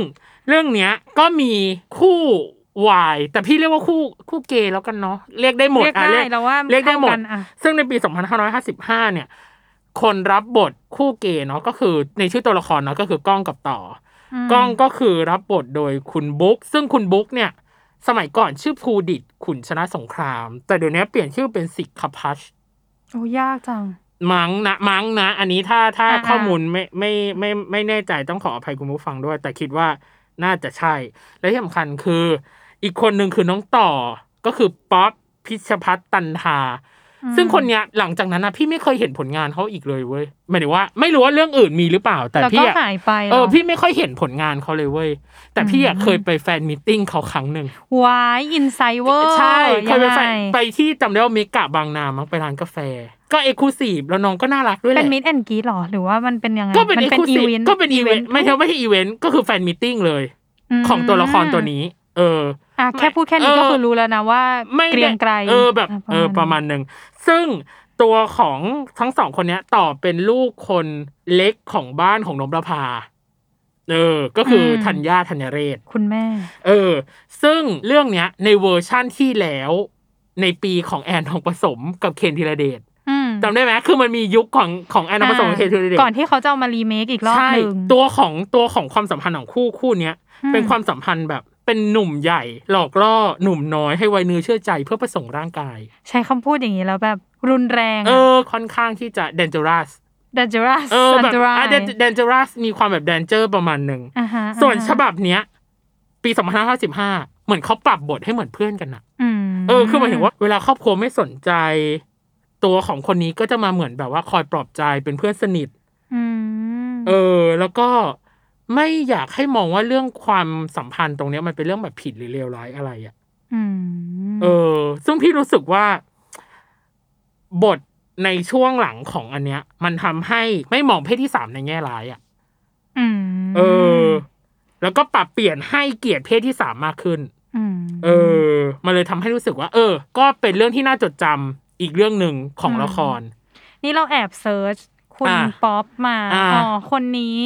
[SPEAKER 1] เรื่องเนี้ยก็มีคู่วายแต่พี่เรียกว่าคู่คู่เกย์แล้วกันเนาะเรียกได้หมด
[SPEAKER 2] เรียก
[SPEAKER 1] อ่ะ
[SPEAKER 2] ได้เราว่า
[SPEAKER 1] เรียกได้หมด
[SPEAKER 2] ท่ากันอะ
[SPEAKER 1] ซึ่งในปี 2555 เนี่ย คนรับบทคู่เกย์เนาะก็คือในชื่อตัวละครเนาะก็คือก้องกับต่อ
[SPEAKER 2] ม
[SPEAKER 1] กล้องก็คือรับบทโดยคุณบุ๊กซึ่งคุณบุ๊กเนี่ย สมัยก่อนชื่อภูดิตขุนชนะสงคราม แต่เดี๋ยวนี้เปลี่ยนชื่อเป็นสิกขพัช
[SPEAKER 2] โอ้ยากจัง
[SPEAKER 1] มั้งนะมั้งนะ อันนี้ถ้าถ้า
[SPEAKER 2] อ่าๆ
[SPEAKER 1] ข้อมูลไม่ไม่ไม่ไม่แน่ใจต้องขออภัยคุณผู้ฟังด้วย แต่คิดว่าน่าจะใช่ และที่สำคัญคือ อีกคนหนึ่งคือน้องต่อก็คือป๊อปพิชพัฒน์ตันทา ซึ่งคนเนี้ยหลังจากนั้นนะพี่ไม่เคยเห็นผลงานเขาอีกเลยเว้ยหมายถึงว่าไม่รู้ว่าเรื่องอื่นมีหรือเปล่า แต่
[SPEAKER 2] แล้ว
[SPEAKER 1] พี่
[SPEAKER 2] ก็
[SPEAKER 1] อะ
[SPEAKER 2] หายไป
[SPEAKER 1] เออ
[SPEAKER 2] หร
[SPEAKER 1] พี่ไม่ค่อยเห็นผลงานเขาเลยเว้ยแต่พี่อะเคยไปแฟนมิทติ้งเขาครั้งหนึ่ง
[SPEAKER 2] วายอินไซเวอร์
[SPEAKER 1] ใช่เคยไป
[SPEAKER 2] ง
[SPEAKER 1] แฟ
[SPEAKER 2] ไง
[SPEAKER 1] นไปที่จำได้ว่าเมกะบางนามั้งไปร้านกาแฟ ก็เอกลูซีฟแล้วน้องก็น่ารักด้วยแห
[SPEAKER 2] เป็น
[SPEAKER 1] ละ
[SPEAKER 2] มิดแอนกีหรอ หรือว่ามันเป็นยังไง
[SPEAKER 1] ก็เป็น
[SPEAKER 2] มั
[SPEAKER 1] เอกลูซีฟก็เป็นอีเวนต์ไม่ใช่ไม่ใช่อีเวนต์ก็คือแฟนมิทติ้งเลย
[SPEAKER 2] ม
[SPEAKER 1] ของตัวละครตัวนี้ เออ
[SPEAKER 2] อ่ะแค่พูดแค่นี้
[SPEAKER 1] เออ
[SPEAKER 2] ก็คือรู้แล้วนะว่า
[SPEAKER 1] ไม่
[SPEAKER 2] เกรียงไกร
[SPEAKER 1] เออแบบ
[SPEAKER 2] ะ
[SPEAKER 1] เออประมาณหนึ่งซึ่งตัวของทั้งสองคนเนี้ยต่อเป็นลูกคนเล็กของบ้านของนมประภา เออ ก็คืออธัญญาธัญเรศ
[SPEAKER 2] คุณแม่
[SPEAKER 1] เออ ซึ่งเรื่องเนี้ย ในเวอร์ชั่นที่แล้ว ในปีของแอนทองผสมกับเคนธีรเดช
[SPEAKER 2] อืม
[SPEAKER 1] จำได้ไหมคือมันมียุคของของแอนนาผสมกับเคทูเดเด
[SPEAKER 2] ก่อนที่เขาจะเอามารีเมคอีกรอบ
[SPEAKER 1] ใช่
[SPEAKER 2] หนึ่ง
[SPEAKER 1] ตัวของตัวของความสัมพันธ์ของคู่คู่เนี้ย
[SPEAKER 2] อืม
[SPEAKER 1] เป็นความสัมพันธ์แบบเป็นหนุ่มใหญ่ หลอกล่อหนุ่มน้อยให้ไว้เนื้อเชื่อใจเพื่อประสงค์ร่างกาย
[SPEAKER 2] ใช้คำพูดอย่างนี้แล้วแบบรุนแรง
[SPEAKER 1] เออ ค่อนข้างที่จะ dangerous
[SPEAKER 2] ดัจจรัส
[SPEAKER 1] เออแบบ
[SPEAKER 2] จรั
[SPEAKER 1] อ่ะ dan- dangerous มีความแบบ danger ประมาณหนึ่งส่วนฉบับเนี้ย ปี2555 เหมือนเขาปรับบทให้เหมือนเพื่อนกันอะ เออคือหมายถึงว่าเวลาครอบครัวไม่สนใจ ตัวของคนนี้ก็จะมาเหมือนแบบว่าคอยปลอบใจเป็นเพื่อนสนิท เออ แล้วก็ไม่อยากให้มองว่าเรื่องความสัมพันธ์ตรงเนี้ยมันเป็นเรื่องแบบผิดหรือเลวร้ายอะไรอะ่ะเออ ซึ่งพี่รู้สึกว่า บทในช่วงหลังของอันเนี้ย มันทำให้ไม่มองเพศที่สามในแง่ร้ายอะ่ะ เออ แล้วก็ปรับเปลี่ยนให้เกียรติเพศที่สามมากขึ้น เออ มันเลยทำให้รู้สึกว่า เออ ก็เป็นเรื่องที่น่าจดจำอีกเรื่องหนึ่งของละคร
[SPEAKER 2] นี่เราแอบเซิร์ชคุณ
[SPEAKER 1] อ่า
[SPEAKER 2] ป๊อปมา
[SPEAKER 1] อ่า
[SPEAKER 2] อ๋อคนนี้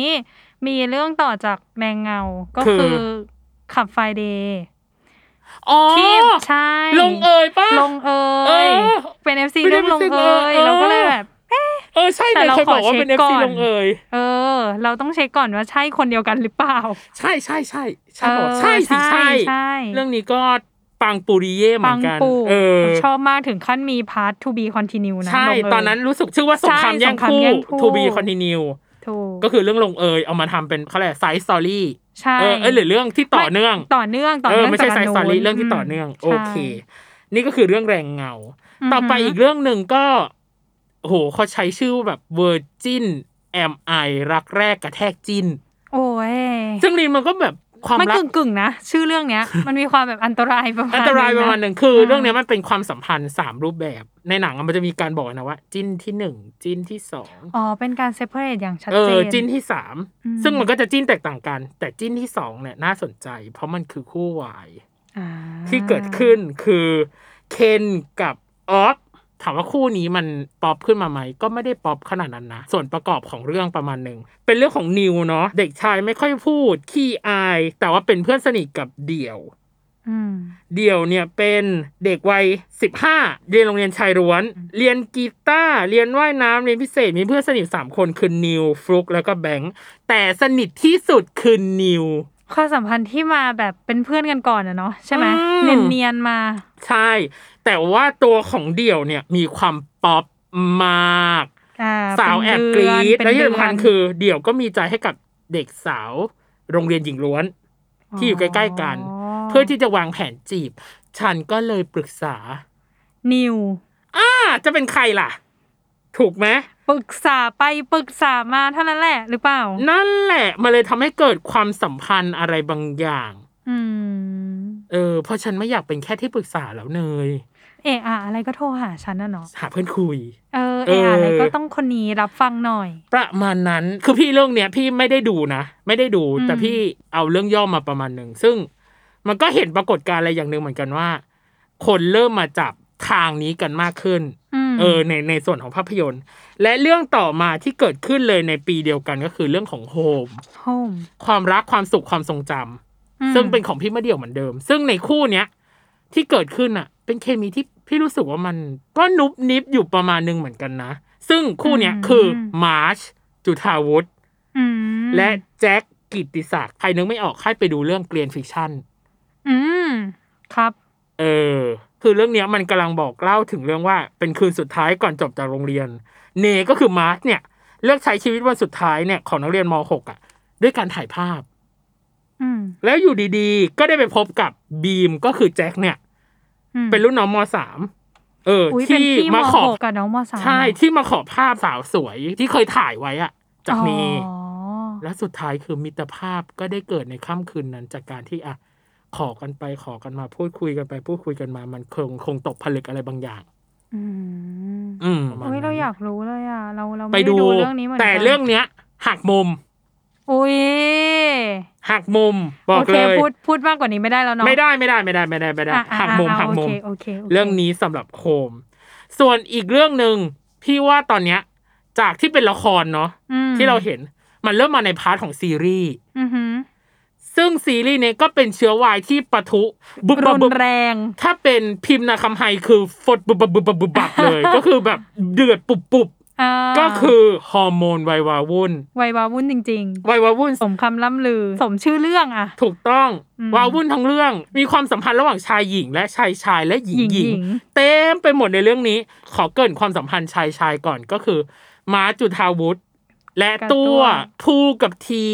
[SPEAKER 2] มีเรื่องต่อจากแมงเงา ก็
[SPEAKER 1] คือ
[SPEAKER 2] คือขับไฟเดย์
[SPEAKER 1] อ๋อ
[SPEAKER 2] ที่ใช่
[SPEAKER 1] ลงเอยป้า
[SPEAKER 2] ลงเอ
[SPEAKER 1] เอย อ
[SPEAKER 2] เป็นเอฟซี
[SPEAKER 1] ไม่ได้
[SPEAKER 2] เรื่องลงเอ
[SPEAKER 1] ไม่
[SPEAKER 2] ย
[SPEAKER 1] ได้เออ
[SPEAKER 2] เราก็เลยแบบ
[SPEAKER 1] เออ ใช่
[SPEAKER 2] แต่
[SPEAKER 1] เลย
[SPEAKER 2] เรา
[SPEAKER 1] เคยบอกว่า
[SPEAKER 2] ขอเช็ค
[SPEAKER 1] เป็นเอฟ
[SPEAKER 2] ก่
[SPEAKER 1] ซี
[SPEAKER 2] อน
[SPEAKER 1] ลงเอย
[SPEAKER 2] เออ เราต้องเช็คก่อนว่าใช่คนเดียวกันหรือเปล่า
[SPEAKER 1] ใช่ใช่ใช่ใช่
[SPEAKER 2] เออ
[SPEAKER 1] ใช่สิใช่
[SPEAKER 2] ใช่
[SPEAKER 1] เรื่องนี้ก็ปังปูริเย่เหมื
[SPEAKER 2] ปั
[SPEAKER 1] อน
[SPEAKER 2] ง
[SPEAKER 1] กัน
[SPEAKER 2] ปู
[SPEAKER 1] เออ
[SPEAKER 2] ชอบมากถึงขั้นมีพาร์ท to be continue นะ
[SPEAKER 1] ใช่
[SPEAKER 2] ลงเย
[SPEAKER 1] ตอนนั้นรู้สึกชื่อว่าสงคราม
[SPEAKER 2] ใช่
[SPEAKER 1] แย่ง
[SPEAKER 2] สงคราม
[SPEAKER 1] คู่
[SPEAKER 2] แย่งคู่
[SPEAKER 1] To be continue
[SPEAKER 2] ถูก
[SPEAKER 1] ก็คือเรื่องลงเอยเอามาทำเป็นเขาเรียกไซส์สตอรี่
[SPEAKER 2] ใช่
[SPEAKER 1] เออเอยหรือเรื่องที่ต่อเนื่อง
[SPEAKER 2] ต่อเนื่องต่อ
[SPEAKER 1] เออ
[SPEAKER 2] เนื่อง
[SPEAKER 1] ไม่ใช่
[SPEAKER 2] จาก
[SPEAKER 1] ไซส์สตอรี่
[SPEAKER 2] โน้น
[SPEAKER 1] เรื่องที่ต่อเนื่อง
[SPEAKER 2] ม
[SPEAKER 1] โอเค
[SPEAKER 2] ใช่
[SPEAKER 1] นี่ก็คือเรื่องแรงเงา
[SPEAKER 2] อือฮึ
[SPEAKER 1] ต่อไปอีกเรื่องหนึ่งก็โหเขาใช้ชื่อแบบ Virgin M I รักแรกกระแทกจิน
[SPEAKER 2] โอ้ย
[SPEAKER 1] ซึ่งนี่มันก็แบบความ
[SPEAKER 2] มัน
[SPEAKER 1] รัก
[SPEAKER 2] กึ่งกึ่งๆนะ ชื่อเรื่อง
[SPEAKER 1] <laughs>
[SPEAKER 2] เนี้ย มันมีความแบบอันตรายประมาณ
[SPEAKER 1] อันตรายประมาณห
[SPEAKER 2] นึง
[SPEAKER 1] นึ่งคือ
[SPEAKER 2] อ่า
[SPEAKER 1] เรื่องเนี้ยมันเป็นความสัมพันธ์สามรูปแบบ ในหนังอะมันจะมีการบอกนะว่า จินที่หนึ่งจินที่สอง
[SPEAKER 2] อ๋อ เป็นการเซ p เ r a t e อย่างชัด
[SPEAKER 1] เอ
[SPEAKER 2] เจ
[SPEAKER 1] อน จินที่สาม
[SPEAKER 2] อืม
[SPEAKER 1] ซึ่งมันก็จะจินแตกต่างกัน แต่จินที่สองเนี่ยน่าสนใจ เพราะมันคือคู่วาย
[SPEAKER 2] อ่า
[SPEAKER 1] ที่เกิดขึ้นคือเคนกับออฟถามว่าคู่นี้มันป๊อปขึ้นมาไหม ก็ไม่ได้ป๊อปขนาดนั้นนะ ส่วนประกอบของเรื่องประมาณหนึ่ง เป็นเรื่องของนิวเนาะเด็กชายไม่ค่อยพูด ขี้อาย แต่ว่าเป็นเพื่อนสนิทกับเดี่ยว
[SPEAKER 2] อืม
[SPEAKER 1] เดี่ยวเนี่ยเป็นเด็กวัย 15 เรียนโรงเรียนชายล้วน เรียนกีตาร์เรียนว่ายน้ำเรียนพิเศษมีเพื่อนสนิทสามคนคือนิวฟลุกแล้วก็แบงค์แต่สนิทที่สุดคือนิว
[SPEAKER 2] ความสัมพันธ์ที่มาแบบเป็นเพื่อนกันก่อนอะเนาะใช่ไหม
[SPEAKER 1] อื
[SPEAKER 2] เนีย
[SPEAKER 1] ม
[SPEAKER 2] นเนียนๆมา
[SPEAKER 1] ใช่ แต่ว่าตัวของเดี่ยวเนี่ยมีความป๊อปมาก
[SPEAKER 2] อ่า
[SPEAKER 1] สาวแอบก
[SPEAKER 2] เป็น
[SPEAKER 1] รีดและ
[SPEAKER 2] เเป็
[SPEAKER 1] ที่
[SPEAKER 2] เดื
[SPEAKER 1] สำคัญคือเดี่ยวก็มีใจให้กับเด็กสาว โรงเรียนหญิงล้วน ที่อยู่ใกล้ๆกัน เพื่อที่จะวางแผนจีบ ฉันก็เลยปรึกษา
[SPEAKER 2] นิว
[SPEAKER 1] อ่า จะเป็นใครล่ะ ถูกไหม
[SPEAKER 2] ปรึกษาไปปรึกษามาเท่านั้นแหละหรือเปล่า
[SPEAKER 1] นั่นแหละมันเลยทำให้เกิดความสัมพันธ์อะไรบางอย่าง
[SPEAKER 2] อืม
[SPEAKER 1] เออเพราะฉันไม่อยากเป็นแค่ที่ปรึกษาแล้วเนย
[SPEAKER 2] เอออะอะไรก็โทรหาฉันน่ะเนาะ
[SPEAKER 1] หาเพื่อนคุย
[SPEAKER 2] เออ
[SPEAKER 1] เอ
[SPEAKER 2] เออ
[SPEAKER 1] ออ
[SPEAKER 2] อะไรก็ต้องคนนี้รับฟังหน่อย
[SPEAKER 1] ประมาณนั้น คือพี่เรื่องเนี้ยพี่ไม่ได้ดูนะ ไม่ได้ดู
[SPEAKER 2] อืม
[SPEAKER 1] แต่พี่เอาเรื่องย่อมาประมาณหนึ่ง ซึ่งมันก็เห็นปรากฏการณ์อะไรอย่างหนึ่งเหมือนกันว่า คนเริ่มมาจับทางนี้กันมากขึ้น
[SPEAKER 2] ม
[SPEAKER 1] เออ ในในส่วนของภาพยนตร์ และเรื่องต่อมาที่เกิดขึ้นเลยในปีเดียวกันก็คือเรื่องของโฮม
[SPEAKER 2] โฮม
[SPEAKER 1] ความรักความสุขความทรงจำ
[SPEAKER 2] อืม
[SPEAKER 1] ซึ่งเป็นของพี่มะเดี่ยวเหมือนเดิม ซึ่งในคู่เนี้ยที่เกิดขึ้นอ่ะ เป็นเคมีที่พี่รู้สึกว่ามันก็นุบนิบอยู่ประมาณหนึงเหมือนกันนะ ซึ่งคู่เนี้ยคือมาร์ชจุธาวุฒ
[SPEAKER 2] อืม
[SPEAKER 1] และแจ็ค กิตติศักดิ์ใครนึกไม่ออกให้ไปดูเรื่องเกรียนฟิกชั่น
[SPEAKER 2] อืม ครับ
[SPEAKER 1] เออ คือเรื่องเนี้ยมันกำลังบอกเล่าถึงเรื่องว่าเป็นคืนสุดท้ายก่อนจบจากโรงเรียน เนก็คือมาร์ชเนี่ย เลือกใช้ชีวิตวันสุดท้ายเนี่ยของนักเรียนม .6 อ่ะ ด้วยการถ่ายภาพ
[SPEAKER 2] อืม
[SPEAKER 1] แล้วอยู่ดีๆ ก็ได้ไปพบกับบีมก็คือแจ็คเนี่ย
[SPEAKER 2] อืม
[SPEAKER 1] เป็นรุ่นน้องมสามเออ
[SPEAKER 2] อุ๊ยเป็น
[SPEAKER 1] ที่
[SPEAKER 2] พี่ม
[SPEAKER 1] มาขอ
[SPEAKER 2] หกกับน้องมสาม
[SPEAKER 1] ใช่ที่มาขอภาพสาวสวยที่เคยถ่ายไว้อะจากเน
[SPEAKER 2] อ๋อ
[SPEAKER 1] และสุดท้ายคือมิตรภาพก็ได้เกิดในค่ำคืนนั้นจากการที่อ่ะขอกันไปขอกันมาพูดคุยกันไป พูดคุยกันมามันคงคงตกผลึกอะไรบางอย่าง
[SPEAKER 2] อืม
[SPEAKER 1] อืม
[SPEAKER 2] อุ้ยเราอยากรู้เลยอ่ะ เราเรา
[SPEAKER 1] ไป
[SPEAKER 2] ไม่ได้
[SPEAKER 1] ดู
[SPEAKER 2] ดูเรื่องนี้เหมือนกัน
[SPEAKER 1] แต่เรื่องเนี้ยหักมุม
[SPEAKER 2] อุ้ย
[SPEAKER 1] หักมุมบอก
[SPEAKER 2] โอค
[SPEAKER 1] เลย
[SPEAKER 2] พูดพูดมากกว่านี้ไม่ได้แล้วเนาะ
[SPEAKER 1] ไม่ได้ไม่ได้ไม่ได้ไม่ได้ไม่ได้
[SPEAKER 2] อ่ะอ่ะ
[SPEAKER 1] หักมุม
[SPEAKER 2] อ่ะ
[SPEAKER 1] หัก
[SPEAKER 2] โอ
[SPEAKER 1] มุม
[SPEAKER 2] เคโอเคโค
[SPEAKER 1] เรื่องนี้สำหรับโคม ส่วนอีกเรื่องหนึ่งพี่ว่าตอนเนี้ย จากที่เป็นละครเนาะ
[SPEAKER 2] อืม
[SPEAKER 1] ที่เราเห็นมันเริ่มมาในพาร์ทของซีรีส์
[SPEAKER 2] อือหือ
[SPEAKER 1] ซึ่งซีรีส์เนี้ก็เป็นเชื้อวายที่ปะทุบุบ
[SPEAKER 2] รุ
[SPEAKER 1] บะบุ
[SPEAKER 2] น
[SPEAKER 1] บ
[SPEAKER 2] แรง
[SPEAKER 1] ถ้าเป็นพิมพ์นาคำไฮคือฟดบุบบุบบุบบุบบับเลย ก็คือแบบเดือดปุบปุบ
[SPEAKER 2] อ่า
[SPEAKER 1] ก็คือฮอร์โมนไวยวาวุ่น
[SPEAKER 2] วัยวาวุ่นจริง
[SPEAKER 1] ไวยวาวุ่น
[SPEAKER 2] ๆ สมคำล่ำลือ สมชื่อเรื่องอ่ะ
[SPEAKER 1] ถูกต้อง
[SPEAKER 2] อืม
[SPEAKER 1] วาวุ่นทั้งเรื่อง มีความสัมพันธ์ระหว่างชายหญิง และชายชายและหญิงหญิง เต็มไปหมดในเรื่องนี้ ขอเกรินความสัมพันธ์ชายชายก่อนก็คือ ม้าจุธาวุธ และ
[SPEAKER 2] กับตั
[SPEAKER 1] ตัว วทูกับที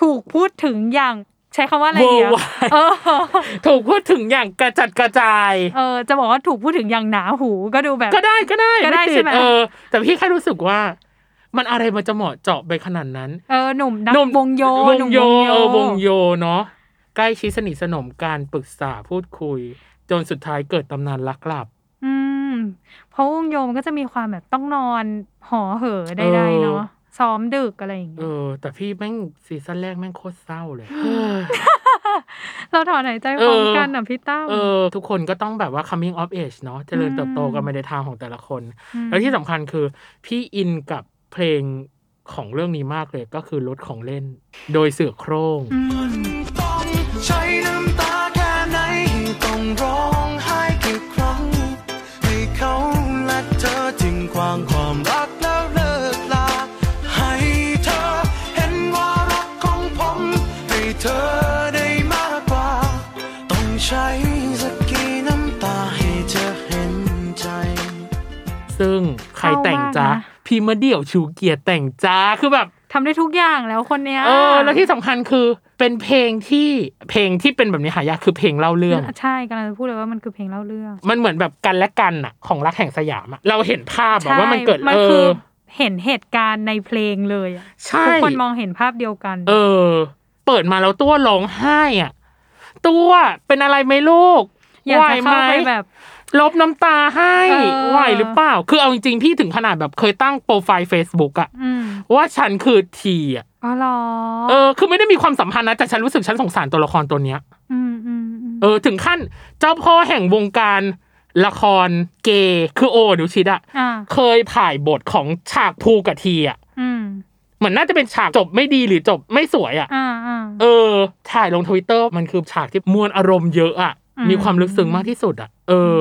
[SPEAKER 2] ถูกพูดถึงอย่างใช้คำว่าอะไรดีอะ
[SPEAKER 1] Worldwide
[SPEAKER 2] เออ
[SPEAKER 1] ถูกพูดถึงอย่างกระจัดกระจาย
[SPEAKER 2] เออ จะบอกว่าถูกพูดถึงอย่างหนาหูก็ดูแบบ
[SPEAKER 1] ก็ได้ก็ได้
[SPEAKER 2] ก็ได้
[SPEAKER 1] ติ
[SPEAKER 2] ใช่ไหม
[SPEAKER 1] เออ แต่พี่แค่รู้สึกว่า มันอะไรมันจะเหมาะเจาะไปขนาดนั้น
[SPEAKER 2] เออหนุ่มนัก
[SPEAKER 1] หนุ่ม
[SPEAKER 2] วงโยว ห
[SPEAKER 1] ง
[SPEAKER 2] นุ่ม
[SPEAKER 1] โยเออวงโยเนาะใกล้ชิดสนิทสนมการปรึกษาพูดคุย จนสุดท้ายเกิดตำนานลักลับ
[SPEAKER 2] อืมเพราะวงโยมันก็จะมีความแบบต้องนอนหอเหอได้ได้เนาะ
[SPEAKER 1] เออ
[SPEAKER 2] ซ้อมดึกอะไรอย่าง
[SPEAKER 1] เอ
[SPEAKER 2] เงี้ย
[SPEAKER 1] อ แต่พี่แม่งซีซั่นแรกแม่งโคตรเศร้า
[SPEAKER 2] <gasps>
[SPEAKER 1] เลย
[SPEAKER 2] เราถอนหายใจพร้อมกันอ่ะพี่ตั้ม
[SPEAKER 1] เออ ทุกคนก็ต้องแบบว่า coming of age เนาะเจริญเติบโตกันไปในทางของแต่ละคน
[SPEAKER 2] ม
[SPEAKER 1] แล้วที่สำคัญคือ พี่อินกับเพลงของเรื่องนี้มากเลยก็คือรถของเล่น โดยเสือโคร่ง
[SPEAKER 3] ต้องใช้น้ำตาแค่ไหนต้องร้องไห้กี่ครั้ง ให้เขาและเธอทิ้งขวางความรักแล้วเลิกลา ให้เธอเห็นว่ารักของผม ให้เธอได้มากกว่า ต้องใช้สักกี่น้ำตาให้เธอเห็นใจ
[SPEAKER 1] ซึ่งใครแต่งจ้า
[SPEAKER 2] เศร้ามากนะ
[SPEAKER 1] พี่มะเดี่ยวชูเกียรติแต่งจ้าคือแบบ
[SPEAKER 2] ทำได้ทุกอย่างแล้วคนเนี้ย
[SPEAKER 1] เออ แล้วที่สำคัญคือเป็นเพลงที่เพลงที่เป็นแบบนี้หายากคือเพลงเล่าเรื่อง
[SPEAKER 2] ใช่กำลังจะพูดเลยว่ามันคือเพลงเล่าเรื่อง
[SPEAKER 1] มันเหมือนแบบกันและกันอะของรักแห่งสยามอะเราเห็นภาพอะ
[SPEAKER 2] ใช่
[SPEAKER 1] ว่ามันเกิด
[SPEAKER 2] มัน
[SPEAKER 1] เอ
[SPEAKER 2] คือ
[SPEAKER 1] อ
[SPEAKER 2] เห็นเหตุการณ์ในเพลงเลยอะ
[SPEAKER 1] ใช่
[SPEAKER 2] ทุกคนมองเห็นภาพเดียวกัน
[SPEAKER 1] เออ เปิดมาแล้วตัวร้องไห้อ่ะ ตัวเป็นอะไรไหมลูก
[SPEAKER 2] อยากจะเข้าไป
[SPEAKER 1] หวหม
[SPEAKER 2] แบบ
[SPEAKER 1] ลบน้ำตาให้
[SPEAKER 2] เออ
[SPEAKER 1] ไหวหรือเปล่า คือเอาจริงๆ พี่ถึงขนาดแบบเคยตั้งโปรไฟล์ Facebook อะ
[SPEAKER 2] อืม
[SPEAKER 1] ว่าฉันคือทีอะ
[SPEAKER 2] อ๋อเหรอ
[SPEAKER 1] เออ คือไม่ได้มีความสัมพันธ์นะ แต่ฉันรู้สึกฉันสงสารตัวละครตัวเนี้ย
[SPEAKER 2] มอืมอืม
[SPEAKER 1] เออ ถึงขั้นเจ้าพ่อแห่งวงการละครเกย์คือโอนุชิตอะ
[SPEAKER 2] อ่า
[SPEAKER 1] เคยถ่ายบทของฉากภูกับทีอะ
[SPEAKER 2] อืม
[SPEAKER 1] เหมือนน่าจะเป็นฉากจบไม่ดีหรือจบไม่สวยอะ
[SPEAKER 2] อ่าอ่า
[SPEAKER 1] เออ ถ่ายลงทวิตเตอร์มันคือฉากที่มวลอารมณ์เยอะอ่ะ
[SPEAKER 2] อืม
[SPEAKER 1] มีความลึกซึ้งมากที่สุดอ่ะ เออ